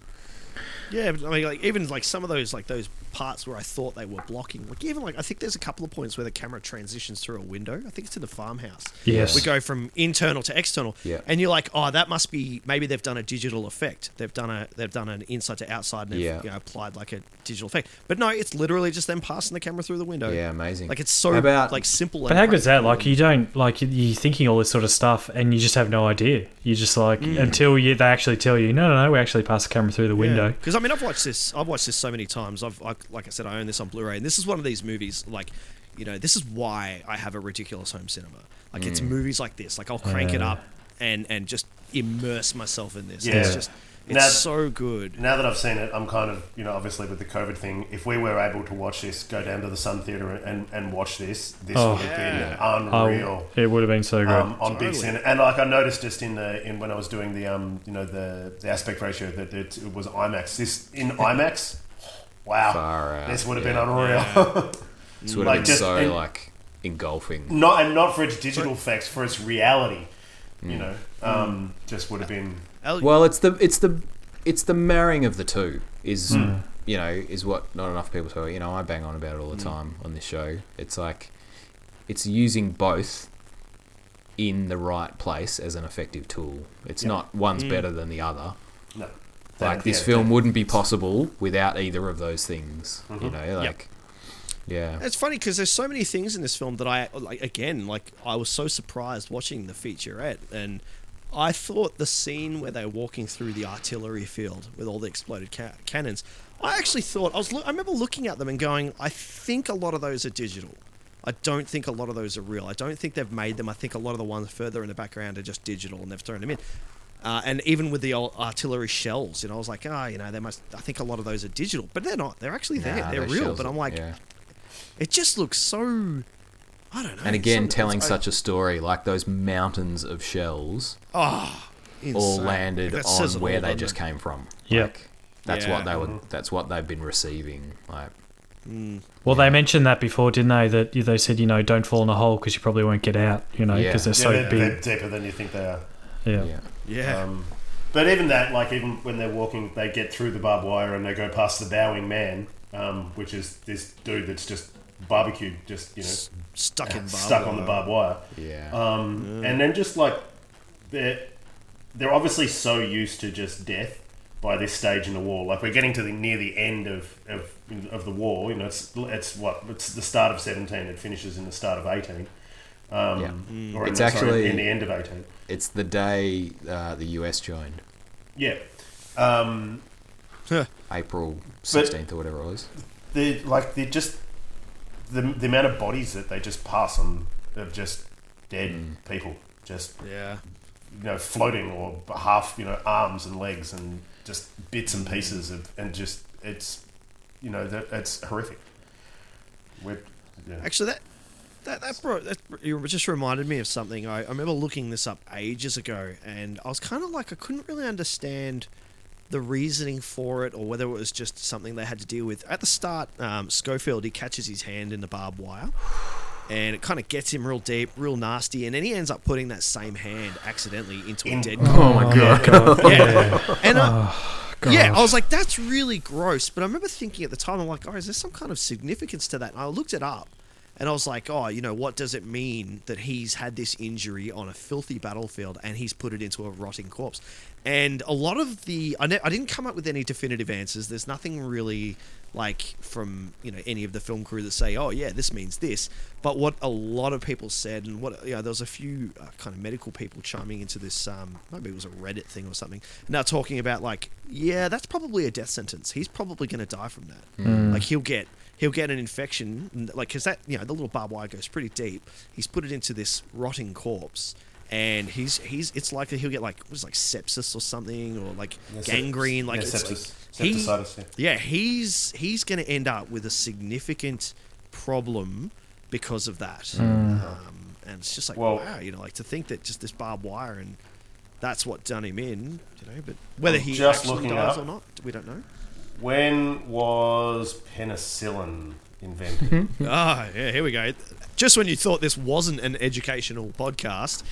Yeah, but I mean, like even like some of those like those parts where I thought they were blocking. Like even like I think there's a couple of points where the camera transitions through a window. I think it's in the farmhouse. Yes. We go from internal to external. Yeah. And you're like, oh, that must be maybe they've done a digital effect. They've done a they've done an inside to outside and they've Yeah. you know, applied like a digital effect. But no, it's literally just them passing the camera through the window. Yeah, amazing. Like it's so How about- like simple. But and how good's that? practical. Like you don't like you- you're thinking all this sort of stuff, and you just have no idea. You just like until you they actually tell you, no, no, no, we actually pass the camera through the window. Because I mean, I've watched this. I've watched this so many times. I've I, like I said, I own this on Blu-ray, and this is one of these movies. Like, you know, this is why I have a ridiculous home cinema. Like, it's movies like this. Like, I'll crank it up and and just immerse myself in this. Yeah. It's just it's Now- so good. Now that I've seen it, I'm kind of, you know, obviously with the COVID thing, if we were able to watch this, go down to the Sun Theatre and, and watch this, this Oh. would have been Oh, unreal. it would have been so good. um, on Totally. big sin. And like I noticed just in the in when I was doing the um you know the, the aspect ratio that it, it was IMAX. This in IMAX, wow, Far out, this would have yeah. been unreal. This would have Like, been just- so and- like engulfing. not and not for its digital effects, for its reality. You know, um, just would have been Well, it's the it's the it's the marrying of the two is Hmm. you know is what not enough people talk. You know, I bang on about it all Hmm. the time on this show. It's like it's using both in the right place as an effective tool. It's not one's Hmm. better than the other. no. Like this Yeah, film wouldn't be possible without either of those things. You know, like yeah, It's funny because there's so many things in this film that I like. Again, like I was so surprised watching the featurette, and I thought the scene where they're walking through the artillery field with all the exploded ca- cannons. I actually thought I was. Lo- I remember looking at them and going, I think a lot of those are digital. I don't think a lot of those are real. I don't think they've made them. I think a lot of the ones further in the background are just digital, and they've thrown them in. Uh, and even with the old artillery shells, you know, I was like, ah, you know, they must. I think a lot of those are digital, but they're not. They're actually there. Nah, they're those real. shells But are- I'm like, yeah. it just looks so. I don't know. and again, some- telling it's- such a story like those mountains of shells. ah, insane. all landed Like, that on says it where all, they doesn't just it? came from. Yep. Like, that's Yeah. what they were. That's what they've been receiving. Like, Well, they mentioned that before, didn't they? That they said, you know, don't fall in a hole because you probably won't get out, you know, Yeah. because Yeah, they're they're, so they're big. deeper than you think they are. Yeah. yeah, Yeah. Um, but even that, like even when they're walking, they get through the barbed wire and they go past the bowing man, um, which is this dude that's just barbecued, just you know, S- stuck in barbed stuck on the wire. barbed wire. yeah. Um, And then just like they're they're obviously so used to just death by this stage in the war. Like we're getting to the near the end of of, of the war. You know, it's it's what it's the start of seventeen. It finishes in the start of eighteen. Um, Yeah. Mm. Or It's in, actually actually- in the end of eighteen. it's the day uh, the US joined, Yeah. Um, April sixteenth or whatever it was. the like the just the, the amount of bodies that they just pass on of just dead people, just Yeah. you know floating or half you know arms and legs and just bits and pieces of and just it's you know that it's horrific. We're, yeah. Actually, that that that brought that you just reminded me of something. I, I remember looking this up ages ago, and I was kind of like I couldn't really understand the reasoning for it, or whether it was just something they had to deal with. At the start, um, Schofield he catches his hand in the barbed wire. And it kind of gets him real deep, real nasty, and then he ends up putting that same hand accidentally into a In- dead. Oh my god! God. Yeah. And I, yeah, gosh. I was like, that's really gross. But I remember thinking at the time, I'm like, oh, is there some kind of significance to that? And I looked it up and I was like, oh, you know, what does it mean that he's had this injury on a filthy battlefield and he's put it into a rotting corpse? And a lot of the, I, ne- I didn't come up with any definitive answers. There's nothing really like from you know any of the film crew that say oh yeah this means this but what a lot of people said and what you know there was a few uh, kind of medical people chiming into this um maybe it was a reddit thing or something now talking about like yeah that's probably a death sentence he's probably going to die from that like he'll get he'll get an infection n- like because that you know the little barbed wire goes pretty deep he's put it into this rotting corpse and he's he's it's likely he'll get like was like sepsis or something or like sept- gangrene like yeah, it's sepsis. like, he- Septicitis, yeah. yeah, he's he's going to end up with a significant problem because of that. Mm. Um, and it's just like Well- wow, you know, like to think that just this barbed wire and that's what done him in, you know. But whether he just actually looking dies up. or not, we don't know. When was penicillin invented? Ah, yeah, here we go. Just when you thought this wasn't an educational podcast,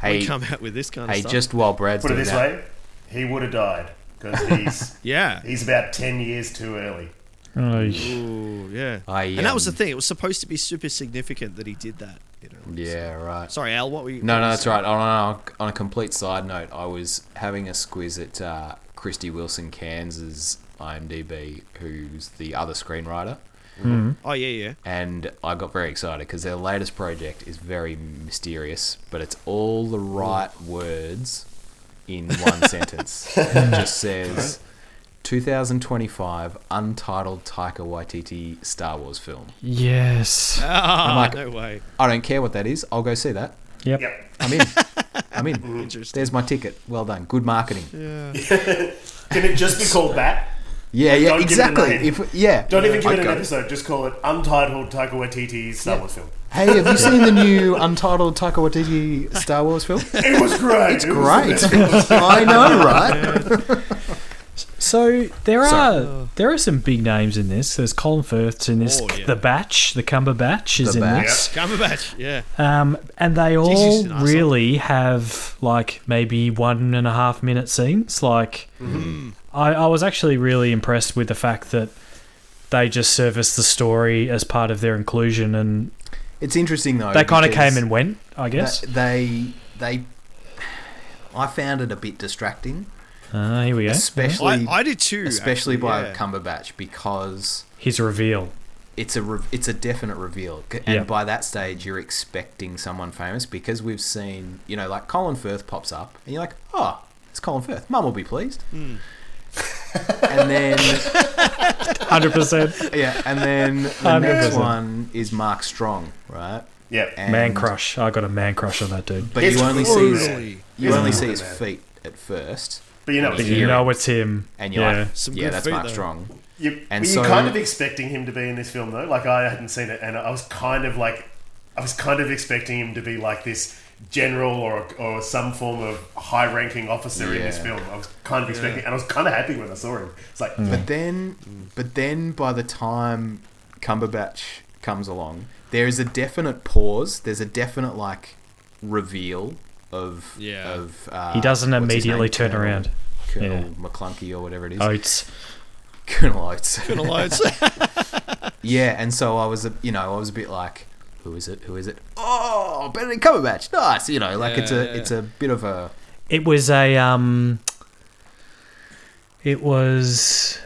Hey, we come out with this kind of hey! stuff. Just while Brad's Put it doing this that, way, he would have died because he's yeah, he's about ten years too early. Oh, Ooh, yeah. I, and that was the um, thing. It was supposed to be super significant that he did that. You know. Yeah, right. Sorry, Al. What were you? No, no, that's right. On, on, a- on a complete side note, I was having a squiz at uh, Christy Wilson Cairns' IMDb, who's the other screenwriter, Oh yeah, yeah. and I got very excited because their latest project is very mysterious, but it's all the right words in one sentence. It just says 2025 untitled Taika Waititi Star Wars film. yes. Ah, like- no way. I don't care what that is. I'll go see that. Yep. Yep. I'm in. I'm in. Interesting. There's my ticket. Well done. Good marketing. Can it just be called that? Yeah, yeah, Don't give it a exactly. name. If yeah, Don't even give I'd it an go, episode. Just call it Untitled Taika Waititi's Star Wars film. Hey, have you seen the new untitled Taika Waititi Star Wars film? It was great. it's Great. I know, right? So there Sorry. are there are some big names in this. There's Colin Firth's in this. Oh, yeah. The Batch, the Cumberbatch is The in Batch. this. Cumberbatch. Yeah. Um, and they he's all an asshole. really have like maybe one and a half minute scenes. Like, Mm-hmm. I, I was actually really impressed with the fact that they just serviced the story as part of their inclusion, and It's interesting though. they kind of Oh, because came and went. I guess. th- They, they, I found it a bit distracting, Ah, here we go. especially I, I did too. especially actually, by yeah. Cumberbatch because His reveal. it's a re- it's a definite reveal, C- and Yeah. by that stage you're expecting someone famous because we've seen you know like Colin Firth pops up, and you're like, oh, it's Colin Firth. Mum will be pleased. Hmm. and then. Hundred percent. Yeah, and then the next 100%. one is Mark Strong, right? Yep. And, Man crush. I got a man crush on that dude. But It's you only see Totally. his, you only see his man. feet at first, But you know, But you know it's him. and you're yeah. like, Some yeah, good that's feet, Mark though. Strong. you, And were so- you kind of expecting him to be in this film though. Like I hadn't seen it, and I was kind of like, I was kind of expecting him to be like this general or or some form of high-ranking officer in this Yeah. film. I was kind of expecting, and I was kind of happy when I saw him. It's like, Mm. But then, but then by the time Cumberbatch comes along, there is a definite pause. There's a definite like reveal of Yeah. of uh, He doesn't what's his immediately name? turn Colonel- around. Colonel Yeah. Oh. McClunky or whatever it is. Oates. Colonel Oates. Loads. Hmm. Yeah, and so I was, a, you know, I was a bit like, who is it? Who is it? Oh, Benedict Cumberbatch. Nice, you know, like it's a, Yeah. it's a bit of a. It was a um. It was.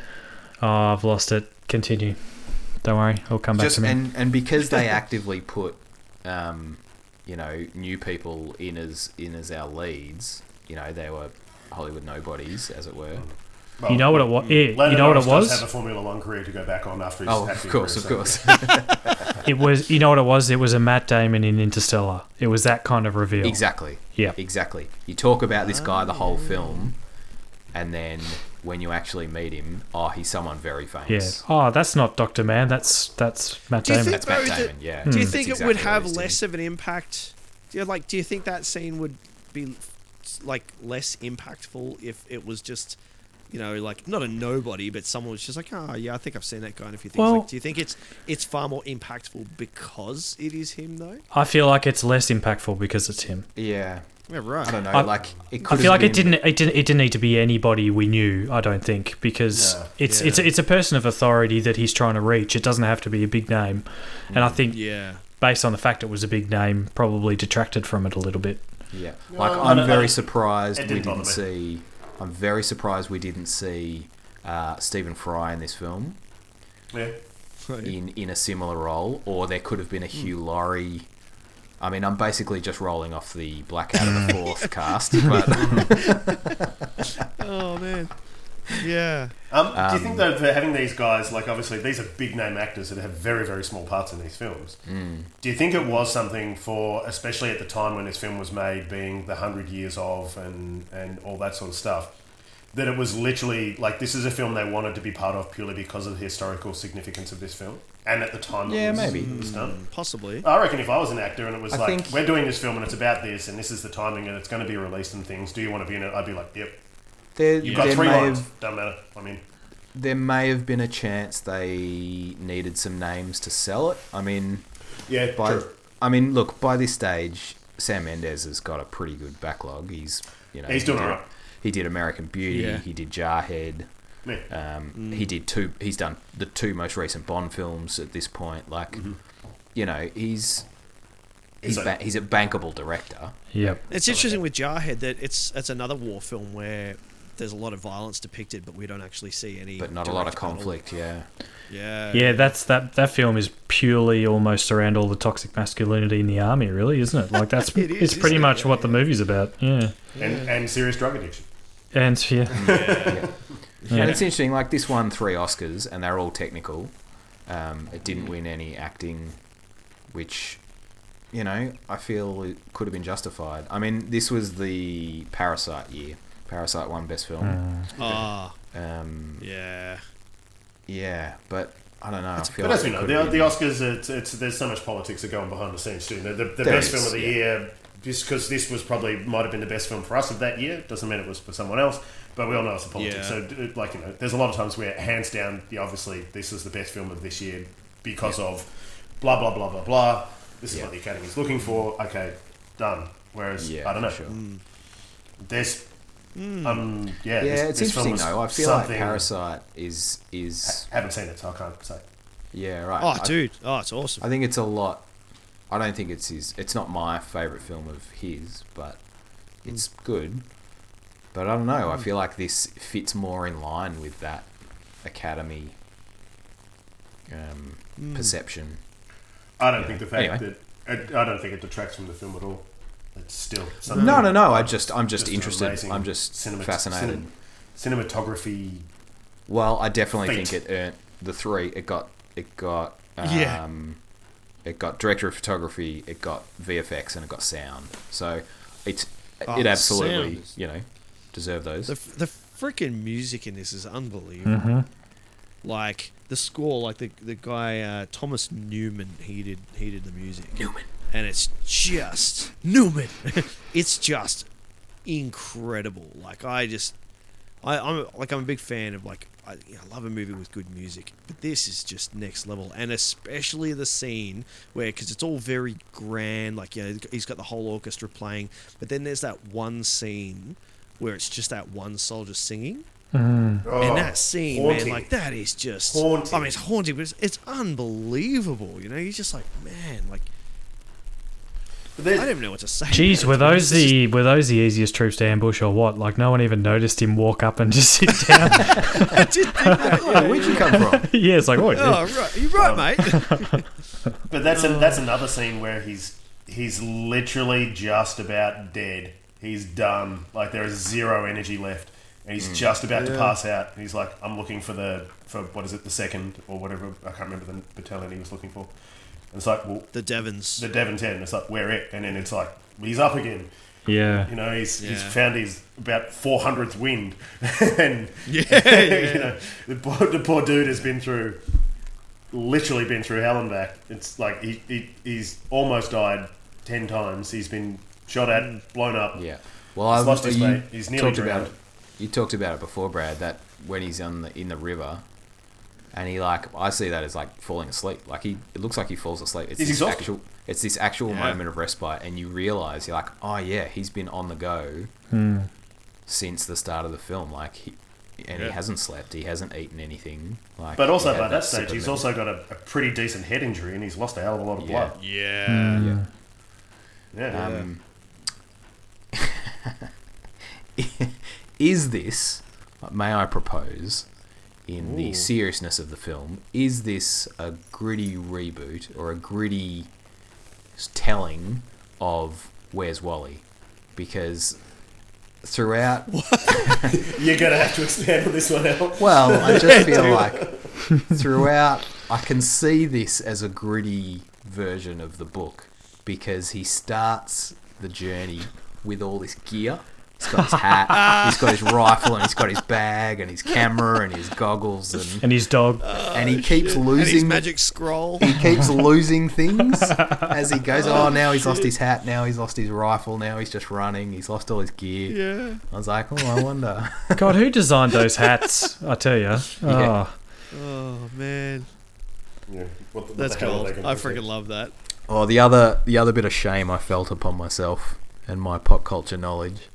Oh, I've lost it. Continue. Don't worry, it'll come back Just to me. and and because they actively put, um, you know, new people in as in as our leads. You know, they were Hollywood nobodies, as it were. well, you know what it was? Yeah, you Lando know what it Norris does was? Have a Formula One career to go back on after his Oh, of acting course, of career, so- course. It was. You know what it was? It was a Matt Damon in Interstellar. It was that kind of reveal. exactly. Yeah. Ah. Exactly. You talk about this guy the whole film, and then when you actually meet him, oh, he's someone very Yeah. famous. Oh, that's not Doctor Man. That's that's Matt Do you Damon. think That's Matt Bro, is it- Damon. Yeah. Hmm. Do you That's think it exactly would what have he's doing. less of an impact? Do you, like, do you think that scene would be like less impactful if it was just, you know, like not a nobody, but someone was just like, oh yeah, I think I've seen that guy in a few things. Well- like, do you think it's it's far more impactful because it is him though? I feel like it's less impactful because it's him. Yeah. Yeah, right. I don't know. I- like it I could. feel have like it been- didn't. It didn't. It didn't need to be anybody we knew. I don't think because No. it's Yeah. it's it's a person of authority that he's trying to reach. It doesn't have to be a big name, and I think Yeah. based on the fact it was a big name, probably detracted from it a little bit. Yeah. Like No, I'm no, very no. surprised It we didn't bother didn't see. I'm very surprised we didn't see uh, Stephen Fry in this film Yeah. in in a similar role, or there could have been a Hmm. Hugh Laurie. I mean, I'm basically just rolling off the Blackout of the Fourth cast, but Oh man. Yeah. Um, do you think though for having these guys like obviously these are big name actors that have very very small parts in these films? Hmm. Do you think it was something for especially at the time when this film was made, being the hundred years of and and all that sort of stuff, that it was literally like this is a film they wanted to be part of purely because of the historical significance of this film and at the time Yeah, it was, maybe. it was done. Possibly. I reckon if I was an actor and it was I like think- we're doing this film and it's about this and this is the timing and it's going to be released and things, do you want to be in it? I'd be like, yep. there, You've got there three may lines. have Don't matter. I mean. there may have been a chance they needed some names to sell it. I mean, Yeah, by true. I mean, look, by this stage, Sam Mendes has got a pretty good backlog. He's you know He's doing he did, alright. He did American Beauty. Yeah. He did Jarhead. Yeah. Um, Mm. He did two. He's done the two most recent Bond films at this point. Like, you know, he's he's Mm-hmm. He's ba- like- he's a bankable director. Yep. It's interesting with Jarhead that it's it's another war film where there's a lot of violence depicted, but we don't actually see any. but not a lot of direct battle. conflict. Yeah, Yeah. Yeah, that's that. That film is purely almost around all the toxic masculinity in the army, really, isn't it? Like that's It is, it's isn't pretty it? much what the movie's about. Yeah, And, and serious drug addiction. and yeah, and it's interesting. Like this won three Oscars, and they're all technical. Um, it didn't win any acting, which, you know, I feel it could have been justified. I mean, this was the Parasite year. Parasite won best film. Ah, Um, yeah. yeah, but I don't know. I feel But as we like it know, the, could've the been- Oscars, it's, it's, there's so much politics that go on behind the scenes too. The, the, the There best is, film of the yeah. year, just because this was probably might have been the best film for us of that year, doesn't mean it was for someone else. But we all know it's the politics. Yeah. So, d- it- like you know, there's a lot of times where hands down, yeah, obviously, this is the best film of this year because of blah blah blah blah blah. This is Yeah. what the Academy's looking for. Okay, done. Whereas Yeah, I don't know, sure. Hmm. this, um, yeah, Yeah, this, it's this film interesting was though. I feel something. like Parasite is is Haven't seen it, so I can't say. yeah right. Oh, I- dude. Oh, it's awesome. I think it's a lot. I don't think it's his. It's not my favorite film of his, but it's good. But I don't know. I feel like this fits more in line with that Academy um, perception. I don't think the fact Anyway. that I, I don't think it detracts from the film at all. It's still something. No, no, no. I just, I'm just, an interested. amazing I'm just cinemat- fascinated. cinem- cinematography. Well, I definitely Fate. think it earned the three. It got it got um, Yeah. it got director of photography, it got VFX, and it got sound. So it's Oh, it absolutely sound. you know deserve those. The the freaking music in this is unbelievable. Like the score, like the the guy uh, Thomas Newman, he did he did the music. Newman, and it's just Newman. it's just incredible. Like I just, I I'm like I'm a big fan of like I, I love a movie with good music, but this is just next level, and especially the scene where because it's all very grand. Like yeah, he's got the whole orchestra playing, but then there's that one scene where it's just that one soldier singing. Oh, And that scene, haunting. man, like that is just. Haunting. I mean, it's haunting, but it's, it's unbelievable. You know, you're just like, man, like But I there's- don't even know what to say. Jeez, man. were those It's just- the were those the easiest troops to ambush or what? Like no one even noticed him walk up and just sit down. I did think that. Yeah, where'd you come from? yeah, it's like oh, yeah. Oh, right, you're Um, right, mate. But that's an that's another scene where he's he's literally just about dead. He's done. Like there is zero energy left, and he's just about to pass out. And he's like, I'm looking for the for what is it, the second or whatever. I can't remember the battalion he was looking for. And it's like, well, The Devons. the Devon Ten. It's like we're it, and then it's like he's up again. yeah. You know, he's he's Yeah. found his about four hundredth wind, and Yeah, you know, the poor, the poor dude has been through, literally been through hell and back. It's like he, he he's almost died ten times. He's been shot Mm. at, blown up. Yeah. Well, I lost his you mate. He's nearly talked about drowned. it. You talked about it before, Brad. That when he's on the, in the river, and he like I see that as like falling asleep. Like he, it looks like he falls asleep. It's He's this exhausted. actual. It's this actual moment of respite, and you realize you're like, oh yeah, he's been on the go since the start of the film. Like he, and he Yeah. hasn't slept. He hasn't eaten anything. Like, But also he had by that sip stage, of he's milk. also got a, a pretty decent head injury, and he's lost a hell of a lot of Yeah. blood. yeah. Yeah. Yeah. Um, is this, may I propose, in the seriousness of the film, is this a gritty reboot or a gritty s- telling of Where's Wally? Because throughout You're gonna have to expand on this one out. well, I just feel like throughout, I can see this as a gritty version of the book because he starts the journey with all this gear. He's got his hat, he's got his rifle, and he's got his bag, and his camera, and his goggles, and, And his dog. and he keeps Oh, And his losing magic scroll. he keeps losing things as he goes. Oh, now he's lost his hat. Now he's lost his rifle. Now he's just running. He's lost all his gear. Yeah. I was like, oh, I wonder. God, who designed those hats? I tell you. Yeah. Oh, Oh man, Yeah. What the, what that's the hell are cool. they gonna I do? freaking love that. Oh, the other the other bit of shame I felt upon myself and my pop culture knowledge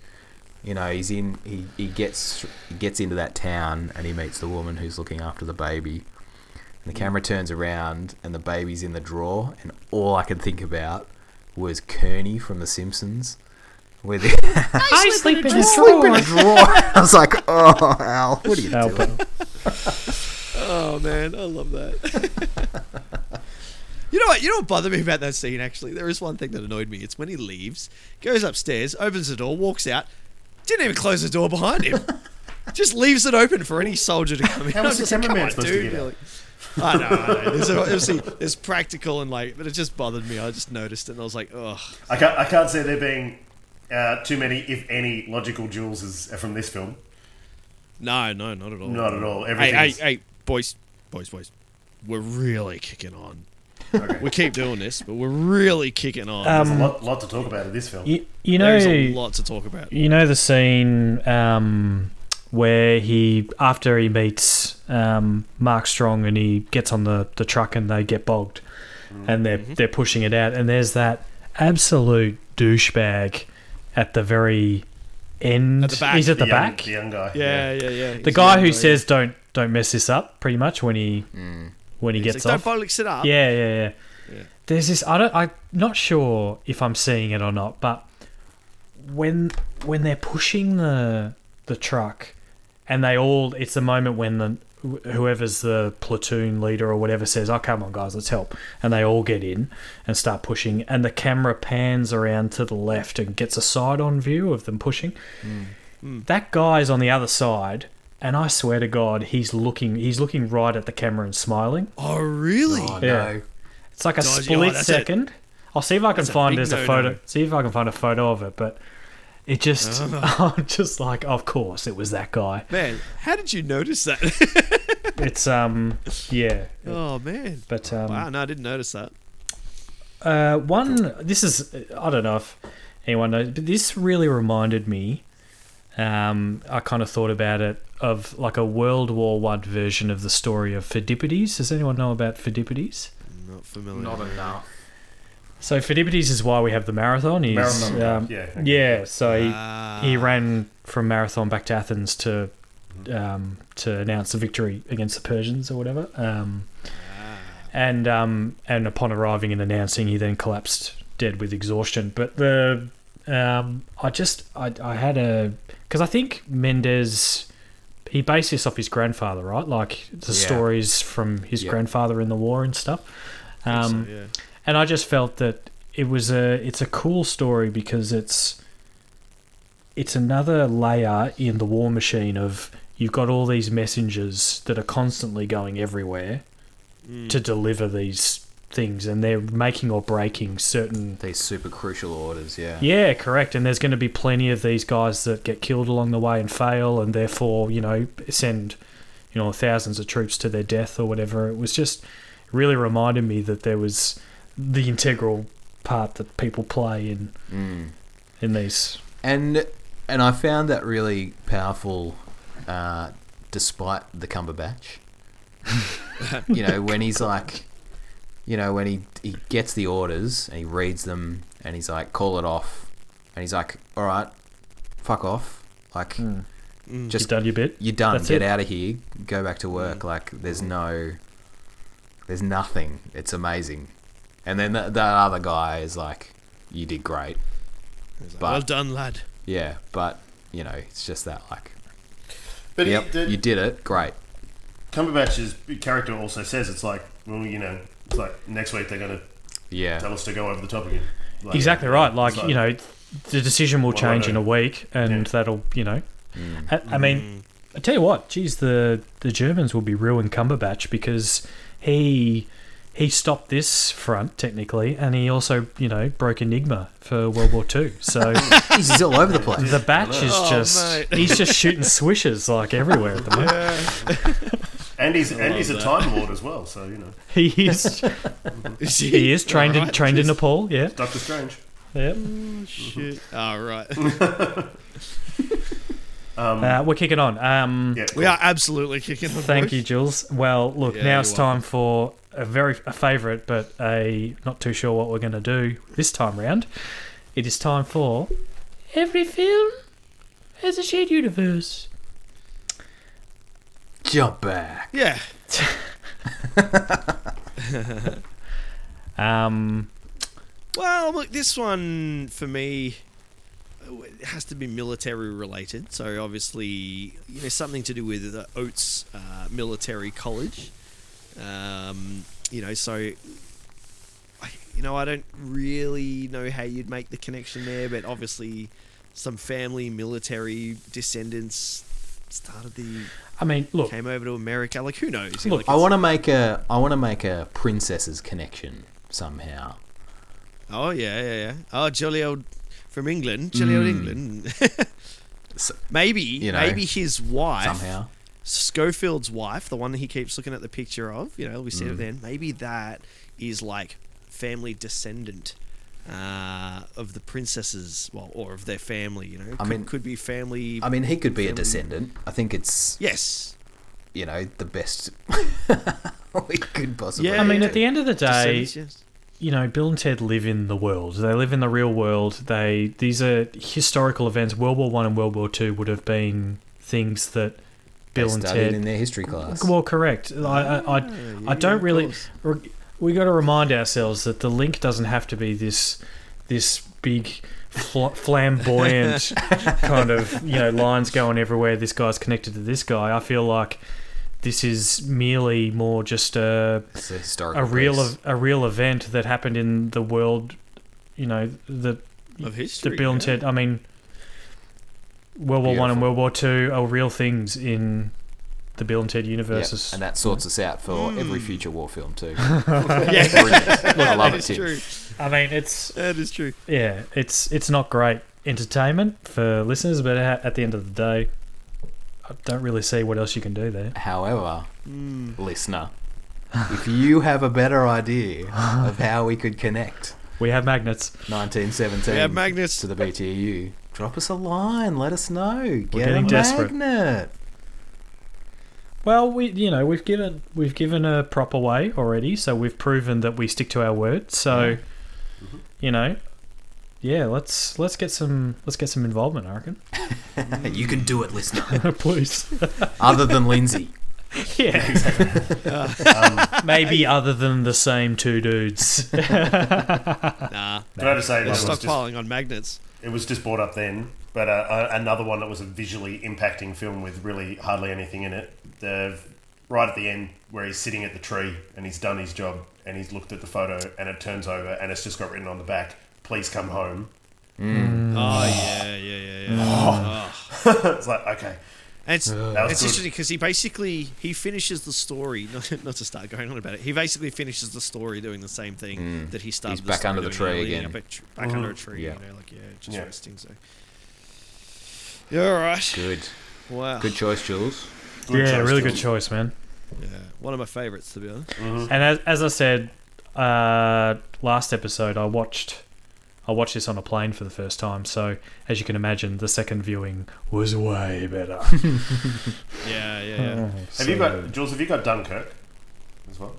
You know, he's in. He, he gets he gets into that town and he meets the woman who's looking after the baby. And the camera turns around and the baby's in the drawer. And all I could think about was Kearney from The Simpsons. With I sleep in a in drawer. a drawer. I was like, oh, Al, what are you Al, doing? Oh man, I love that. you know what? You know what bothered me about that scene? Actually, there is one thing that annoyed me. It's when he leaves, goes upstairs, opens the door, walks out, didn't even close the door behind him. Just leaves it open for any soldier to come in. How was the I'm just like, cameraman "Come on, supposed to dude." get You're out? like, I know, I know. There's, obviously, there's practical and like, but it just bothered me. I just noticed it and I was like, ugh. I can't, I can't see there being uh, too many, if any, logical jewels is, from this film. No, no, not at all. Not at all. Hey, hey, Everything's hey, boys, boys, boys. We're really kicking on. We keep doing this, but we're really kicking on. Uh, a lot, lot to talk about in this film. Um, You, you know, There's a lot to talk about. You know the scene um, where he, after he meets um, Mark Strong, and he gets on the, the truck and they get bogged, and they're Mm-hmm. they're pushing it out, and there's that absolute douchebag at the very end. At the back. He's at the, young, back. The young guy. Yeah, yeah, yeah. Mm. The guy who says don't don't mess this up, pretty much when he when he gets like, off. "Don't bollocks it up." Yeah, yeah, yeah. There's this. I don't. I'm not sure if I'm seeing it or not, but when when they're pushing the the truck, and they all, it's the moment when the wh- whoever's the platoon leader or whatever says, "Oh, come on, guys, let's help," and they all get in and start pushing, and the camera pans around to the left and gets a side on view of them pushing. That guy's on the other side. And I swear to God, he's looking. He's looking right at the camera and smiling. Oh, really? Oh, Yeah. no. It's like a Dodgy. Oh, split that's a- second. i I'll see if I can a find big there's a no-no. photo. See if I can find a photo of it, but it just I'm just like, of course it was that guy. Man, how did you notice that? It's um yeah. oh man. But um Wow, no, I didn't notice that. uh one this is I don't know if anyone knows, but this really reminded me um I kind of thought about it of like a World War One version of the story of Pheidippides. Does anyone know about Pheidippides? Not familiar. Not enough. So Pheidippides is why we have the marathon. He's, Marathon, um, yeah, yeah, okay. So Ah, he, he ran from marathon back to Athens to um, to announce the victory against the Persians or whatever. Um, and um, and upon arriving and announcing, he then collapsed dead with exhaustion. But the um, I just I, I had a because I think Mendes he based this off his grandfather, right? Like the Yeah. stories from his Yeah. grandfather in the war and stuff. Um, so, yeah. and I just felt that it was a it's a cool story because it's it's another layer in the war machine of you've got all these messengers that are constantly going everywhere to deliver these things and they're making or breaking certain These super crucial orders, yeah. yeah, correct. And there's going to be plenty of these guys that get killed along the way and fail, and therefore, you know, send, you know, thousands of troops to their death or whatever. It was just really reminded me that there was the integral part that people play in Mm. in these. And and I found that really powerful, uh, despite the Cumberbatch. you know when he's like, you know when he he gets the orders and he reads them and he's like, call it off, and he's like, all right, fuck off, like, You've just done your bit. you're done. Hmm. That's Get it. Hmm. out of here. Go back to work. Like there's no, there's nothing. It's amazing. And then that, that other guy is like, you did great. But well done, lad. yeah, but you know, it's just that like, But yep, the- you did it. Great. Cumberbatch's character also says it's like, well, you know, it's like next week they're going to tell Yeah. us to go over the top again. Like, Exactly right. Like, it's like- you know, the decision will Well, I change in know. a week, and Yeah. Mm. that'll, you know. I, I mean, I tell you what, geez, the the Germans will be ruining Cumberbatch because he he stopped this front technically, and he also, you know, broke Enigma for World War Two. So He's just all over the place. the batch is Oh, just mate. he's just shooting swishes like everywhere at the moment. And he's, and he's a Time Lord as well, so, you know, He is Is he is trained in Alright, trained in just- Nepal. Yeah, Doctor Strange. yeah. Um, Shit. All right. Uh, we're kicking on. Um, Yeah, we are absolutely kicking on. Thank boys. you, Jules. Well, look, Yeah, now you're it's time for a very a favourite, but a not too sure what we're going to do this time round. It is time for every film It's a shared universe. Jump back. Yeah. Um, Well, look, this one for me it has to be military related. So obviously, you know, something to do with the Oates uh, Military College. Um, you know, so I, you know, I don't really know how you'd make the connection there, but obviously, some family military descendants started the I mean, look, came over to America. Like, who knows? You know, Look, I want to make a I want to make a princesses connection somehow. oh yeah, yeah, yeah. Oh, jolly old from England, jolly old England. S- Maybe, know, maybe his wife, somehow. Schofield's wife, the one that he keeps looking at the picture of. You know, we said it then. Maybe that is like family descendant uh, of the princesses, well, or of their family. You know, I could, mean- could be family. I mean, he could be a descendant. I think it's yes, you know the best we could possibly. Yeah, I mean, yeah. at the end of the day, descendants. Yes. you know, Bill and Ted live in the world. They live in the real world. They these are historical events. World War One and World War Two would have been things that they Bill and studied Ted in their history class. Well, correct. I, I, I, I yeah, don't of really. course. re- We got to remind ourselves that the link doesn't have to be this, this big, fl- flamboyant kind of you know lines going everywhere. This guy's connected to this guy. I feel like this is merely more just a It's a historical a real place. ev- a real event that happened in the world. You know the Of the history, Bill and yeah. Ted. I mean, World War One and Beautiful. World War Two are real things in the Bill and Ted Yep, universes. and that sorts us out for every future war film too. Yeah, Brilliant. I love that it, is Tim. true. I mean, it's That is true. yeah, it's it's not great entertainment for listeners, but at at the end of the day, I don't really see what else you can do there. However, listener, Hmm. if you have a better idea of how we could connect We have magnets. 1917 We have magnets. to the BTU, drop us a line. Let us know. Get getting a desperate. magnet. Well, we you know we've given we've given a proper way already, so we've proven that we stick to our word. So, Mm-hmm. you know, yeah, let's let's get some let's get some involvement. I reckon. Hmm. You can do it, listener. Please. Other than Lindsay. yeah. Maybe other than the same two dudes. Nah, Can I just say, they're like, it, was just, stockpiling on magnets. it was just brought up then, but uh, uh, another one that was a visually impacting film with really hardly anything in it. The right at the end where he's sitting at the tree and he's done his job and he's looked at the photo and it turns over and it's just got written on the back, "Please come home." Oh yeah, yeah, yeah, yeah. Oh. It's like okay, And it's, That was it's good. interesting because he basically he finishes the story. Not, not to start going on about it, he basically finishes the story doing the same thing that he started. Hmm. He's the back story under the doing, you know, tree leading again. up a tr- back under a tree. Yeah. You know, like yeah, just Yeah. resting. So yeah, all right. Good. Wow. Good choice, Jules. Good yeah, choice, really Jules. good choice, man. Yeah, one of my favorites to be honest. And as, as I said uh, last episode, I watched I watched this on a plane for the first time. So as you can imagine, the second viewing was way better. Yeah, yeah, yeah. Have you got Jules? Have you got Dunkirk as well?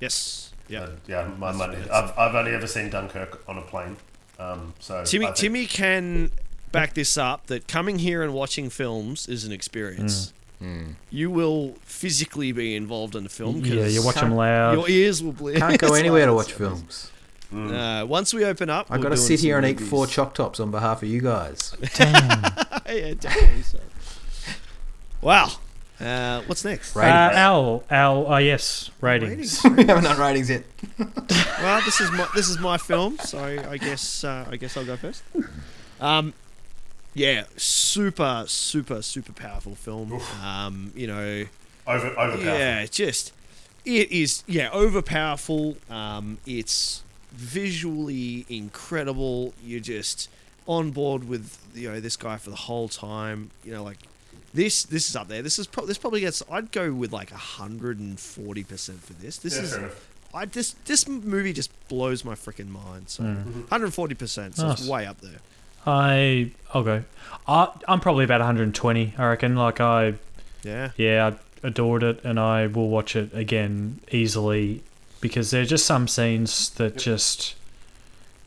yes. Yeah. Uh, yeah, my That's- money. that's- I've, I've only ever seen Dunkirk on a plane. Um, so Timmy I think- Timmy can back this up that coming here and watching films is an experience. Hmm. You will physically be involved in the film Yeah, because you watch them loud. your ears will bleed. Can't go anywhere to watch films. Uh, once we open up, I've we're got to doing sit here some and eat four movies. choc tops on behalf of you guys. yeah, definitely so. Wow. Uh, what's next? Uh, Ratings. Owl, owl. Oh yes, Ratings. ratings. we haven't done ratings yet. well, this is my this is my film, so I guess uh, I guess I'll go first. Um, yeah, super, super, super powerful film. Um, you know, over over Yeah, it's just it is yeah overpowerful. Um, it's visually incredible. You're just on board with you know this guy for the whole time. You know like this this is up there. This is pro- this probably gets I'd go with like hundred and forty percent for this. This Yeah, is fair enough. I this this movie just blows my freaking mind. So hundred forty percent. So Mm. Nice. it's way up there. I I'll go. I I'm probably about 120. I reckon. Like I Yeah. yeah, I adored it, and I will watch it again easily because there are just some scenes that just,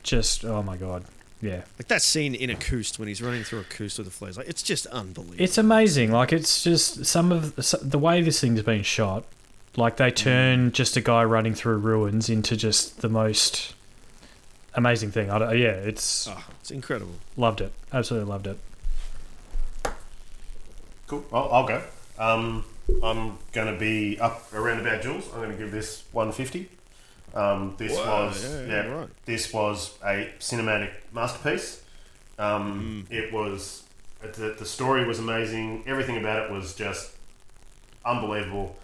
just oh my god, Yeah. Like that scene in Acoust when he's running through Acoust with the flares, like it's just unbelievable. It's amazing. Like it's just some of the, so- the way this thing's been shot. Like they turn just a guy running through ruins into just the most amazing thing. I don't, yeah, it's Oh, it's incredible. loved it. Absolutely loved it. Cool. I'll, I'll go. Um, I'm going to be up around about Jules. I'm going to give this 150. Um, this Wow, was yeah, yeah, yeah, right. this was a cinematic masterpiece. Um, Hmm. It was the, the story was amazing. Everything about it was just unbelievable.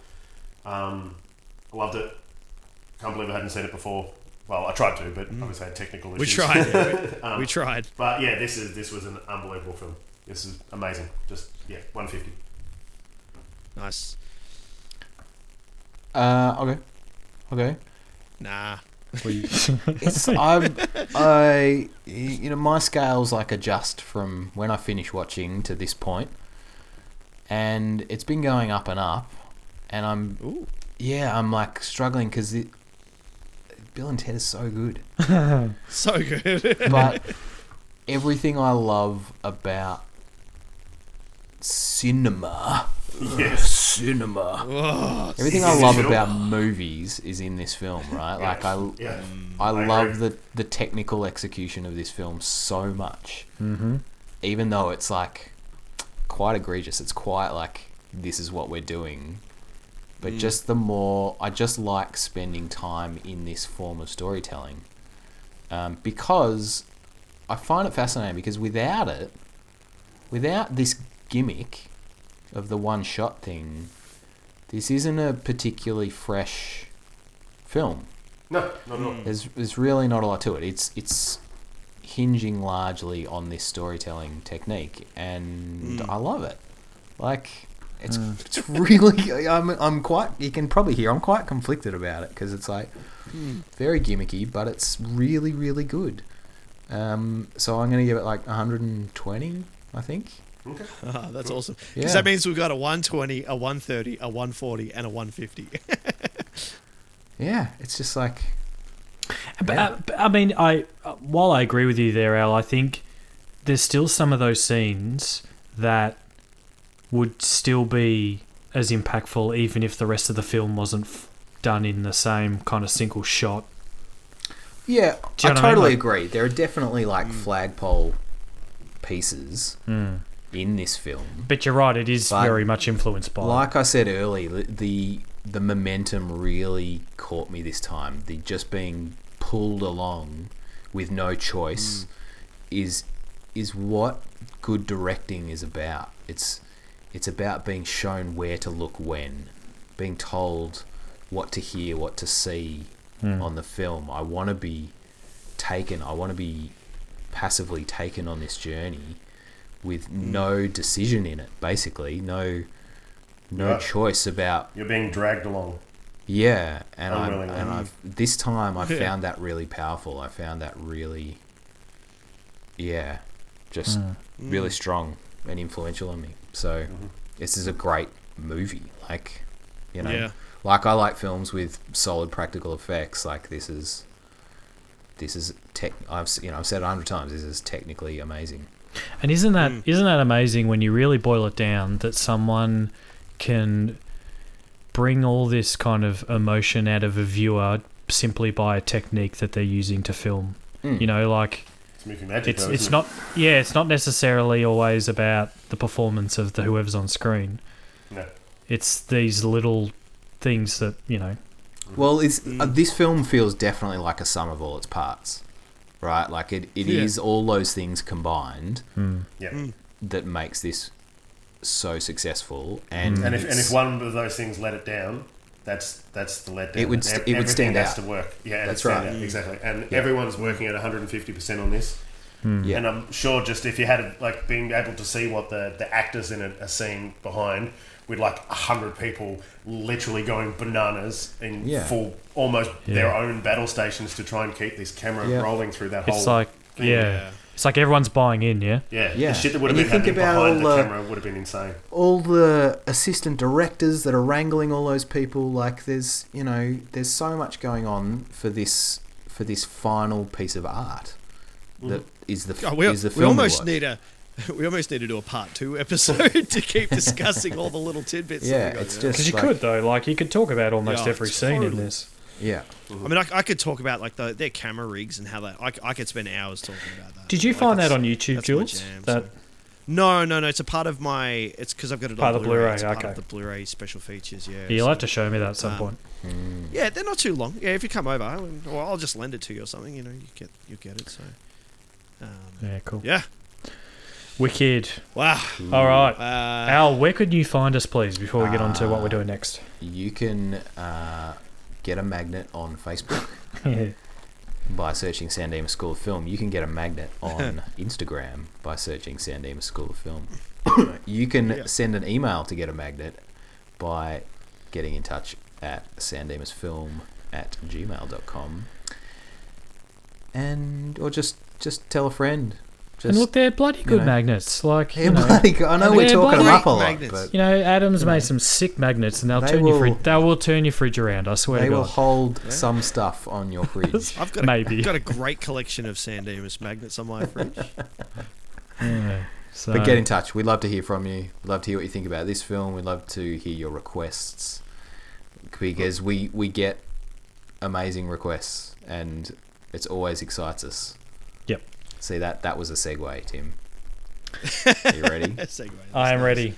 Um, I loved it. Can't believe I hadn't seen it before. Well, I tried to, but obviously I had technical Hmm. We issues. tried. dude. we tried. But yeah, this is this was an unbelievable film. This is amazing. Just yeah, 150. Nice. Uh, okay. Okay. Nah. We- It's, I'm, I, you know, my scales like adjust from when I finish watching to this point, and it's been going up and up, and I'm, Ooh. yeah, I'm like struggling because Bill and Ted is so good, So good. but everything I love about cinema, Yes. cinema, oh, everything Is I this love film? about movies is in this film, right? Like I, Yeah. I I love agree. the, the technical execution of this film so much. Mm-hmm. Even though it's like quite egregious, it's quite like this is what we're doing. But Mm. just the more, I just like spending time in this form of storytelling um, because I find it fascinating. Because without it, without this gimmick of the one shot thing, this isn't a particularly fresh film No, not at all. there's there's really not a lot to it. It's it's hinging largely on this storytelling technique, and I love it. Like it's Hmm. it's really I'm I'm quite you can probably hear I'm quite conflicted about it because it's like very gimmicky, but it's really really good. Um, so I'm gonna give it like 120, I think. Ah, that's awesome. Because Yeah. that means we've got a 120, a 130, a 140, and a 150. Yeah, it's just like But, Yeah. uh, but, I mean, I uh, while I agree with you there, Al, I think there's still some of those scenes that would still be as impactful, even if the rest of the film wasn't f- done in the same kind of single shot. Yeah, Do you I know what I mean? totally Like- agree. There are definitely like flagpole pieces in this film. But you're right; it is But- very much influenced by. Like I said earlier, the the momentum really caught me this time. The just being pulled along with no choice is is what good directing is about. It's it's about being shown where to look when, being told what to hear, what to see on the film. I want to be taken. I want to be passively taken on this journey with no decision in it. Basically, no no Yeah. choice about You're being dragged along. yeah. And I Unwillingly. and I've this time I found that really powerful. I found that really yeah, just really strong and influential on me. So this is a great movie. Like you know, Yeah. like I like films with solid practical effects. Like this is. This is tech. I've s- you know I've said it a hundred times. This is technically amazing. And isn't that not that amazing when you really boil it down that someone can bring all this kind of emotion out of a viewer simply by a technique that they're using to film. Hmm. Hmm. You know, like It's movie magic. it's though, it's isn't not yeah, it's not necessarily always about the performance of the whoever's on screen. It? No. It's these little things that, you know, Hmm. Well, it's uh, this film feels definitely like a sum of all its parts, right? Like it, it is Yeah. all those things combined Yeah. Mm. that makes this so successful. And Hmm. And if and it's- if one of those things let it down, that's that's the letdown. It would E- st- it would everything stand has out. to work. Yeah, and That's it'd stand right. Mm. out, exactly. And everyone's working at 150 percent on this. Hmm. yeah. And I'm sure just if you had like being able to see what the, the actors in a, a scene behind with like a hundred people literally going bananas in Yeah. full almost their Yeah. own battle stations to try and keep this camera Yeah. rolling through that whole it's like yeah. thing. It's like everyone's buying in, yeah. Yeah, Yeah. the shit that would have And been you think happening about uh, behind the all the- camera would have been insane. all the assistant directors that are wrangling all those people like there's you know there's so much going on for this for this final piece of art that is the Oh, we, is the we film. almost watch. need a we almost need to do a part two episode to keep discussing all the little tidbits. Yeah, that we got it's there. just Because you like, could though, like you could talk about almost Yeah, every it's scene in horrible. this. Yeah, I mean, I, I could talk about like the, their camera rigs and how they. I, c- I could spend hours talking about that. Did you Like, find that Oh, that's- on YouTube, that's my Jules? jam, that so- No, no, no. It's a part of my. It's because I've got it Part on of the Blu-ray. Blu-ray, It's part of okay. the Blu-ray special features. Yeah. you'll so- have to show me that at some Um, point. Yeah, they're not too long. Yeah, if you come over, I mean, or I'll just lend it to you or something. You know, you get you get it. So. Um, Yeah, cool. yeah. Wicked. Wow. All right, Uh, Al, where could you find us, please, before we get on to what we're doing next? you can uh, get a magnet on Facebook Yeah. by searching Sandema School of Film. You can get a magnet on Instagram by searching Sandema School of Film. you can Yeah. send an email to get a magnet by getting in touch at sandemusfilm at gmail.com. And, or just, just tell a friend. Just, and look, they're bloody good know. magnets. Like, Yeah, you know, bloody good. I know Yeah, we're talking them bloody up a lot, magnets. but you know, Adam's made some sick magnets, and they'll They turn your will- fridge. They will turn your fridge around. I swear they to will God. hold some stuff on your fridge. I've got a, Maybe. got a great collection of San Dimas magnets on my fridge. Yeah, so, But get in touch. We'd love to hear from you. We'd love to hear what you think about this film. We'd love to hear your requests because we we get amazing requests, and it's always excites us. Yep. See that that was a segue, Tim. Are you ready? Segue. I am ready.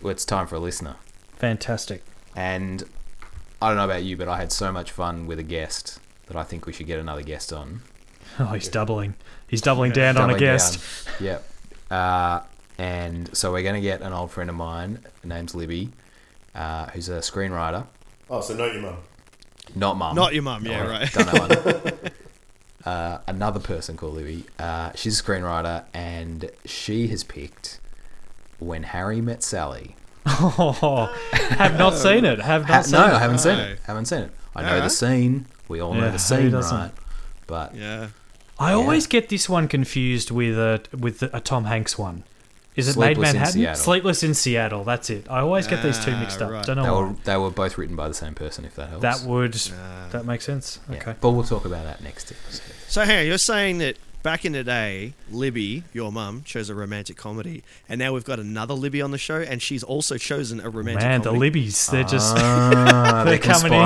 well, it's time for a listener, Fantastic. and I don't know about you, but I had so much fun with a guest that I think we should get another guest on. Oh, he's doubling. He's doubling down on a Doubling guest. down. Yep. Uh, and so we're going to get an old friend of mine, her name's Libby, uh, who's a screenwriter. Oh, so note your mum. Not mum. Not your mum, yeah, Don't worry, right. Don't know one. Uh, another person called Libby. Uh, she's a screenwriter, and she has picked When Harry Met Sally. Oh, have not seen it. Have Ha- not seen no, it. I haven't seen No. it. Haven't seen it. I know Alright. the scene. We all Yeah, know who the scene, doesn't? right? But Yeah. I always get this one confused with a with a Tom Hanks one. Is it Made Sleepless in Manhattan? Seattle. Sleepless in Seattle. That's it. I always get these two Ah, mixed up. right. Don't they know were why. they were both written by the same person. If that helps. That would Ah. that makes sense. Yeah. Okay. But we'll talk about that next episode. So, hey, you're saying that back in the day, Libby, your mum, chose a romantic comedy, and now we've got another Libby on the show, and she's also chosen a romantic Man, the comedy. Libbies, they're just Ah, they're coming in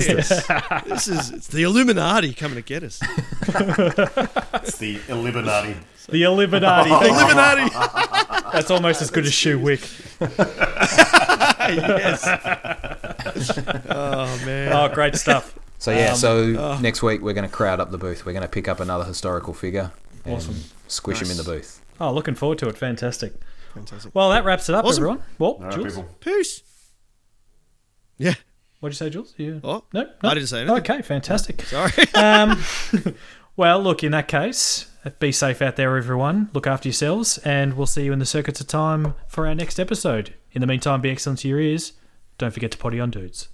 strong. against us. this is it's the Illuminati coming to get us. It's the Illuminati. The Illuminati. Illuminati! That's almost as good as Shoe Wick. yes. Oh man. Oh, great stuff. So yeah, Um, so oh. next week we're going to crowd up the booth. We're going to pick up another historical figure. and Awesome. Squish him in the Nice. booth. Oh, looking forward to it. Fantastic. Fantastic. Well, that wraps it up, Awesome. everyone. Well, All right, Jules, people. Peace. Yeah. what'd you say, Jules? You... Oh, no, I no? didn't say anything. Okay, fantastic. Sorry. um, well, look, in that case, be safe out there, everyone. Look after yourselves, and we'll see you in the circuits of time for our next episode. In the meantime, be excellent to your ears. Don't forget to potty on dudes.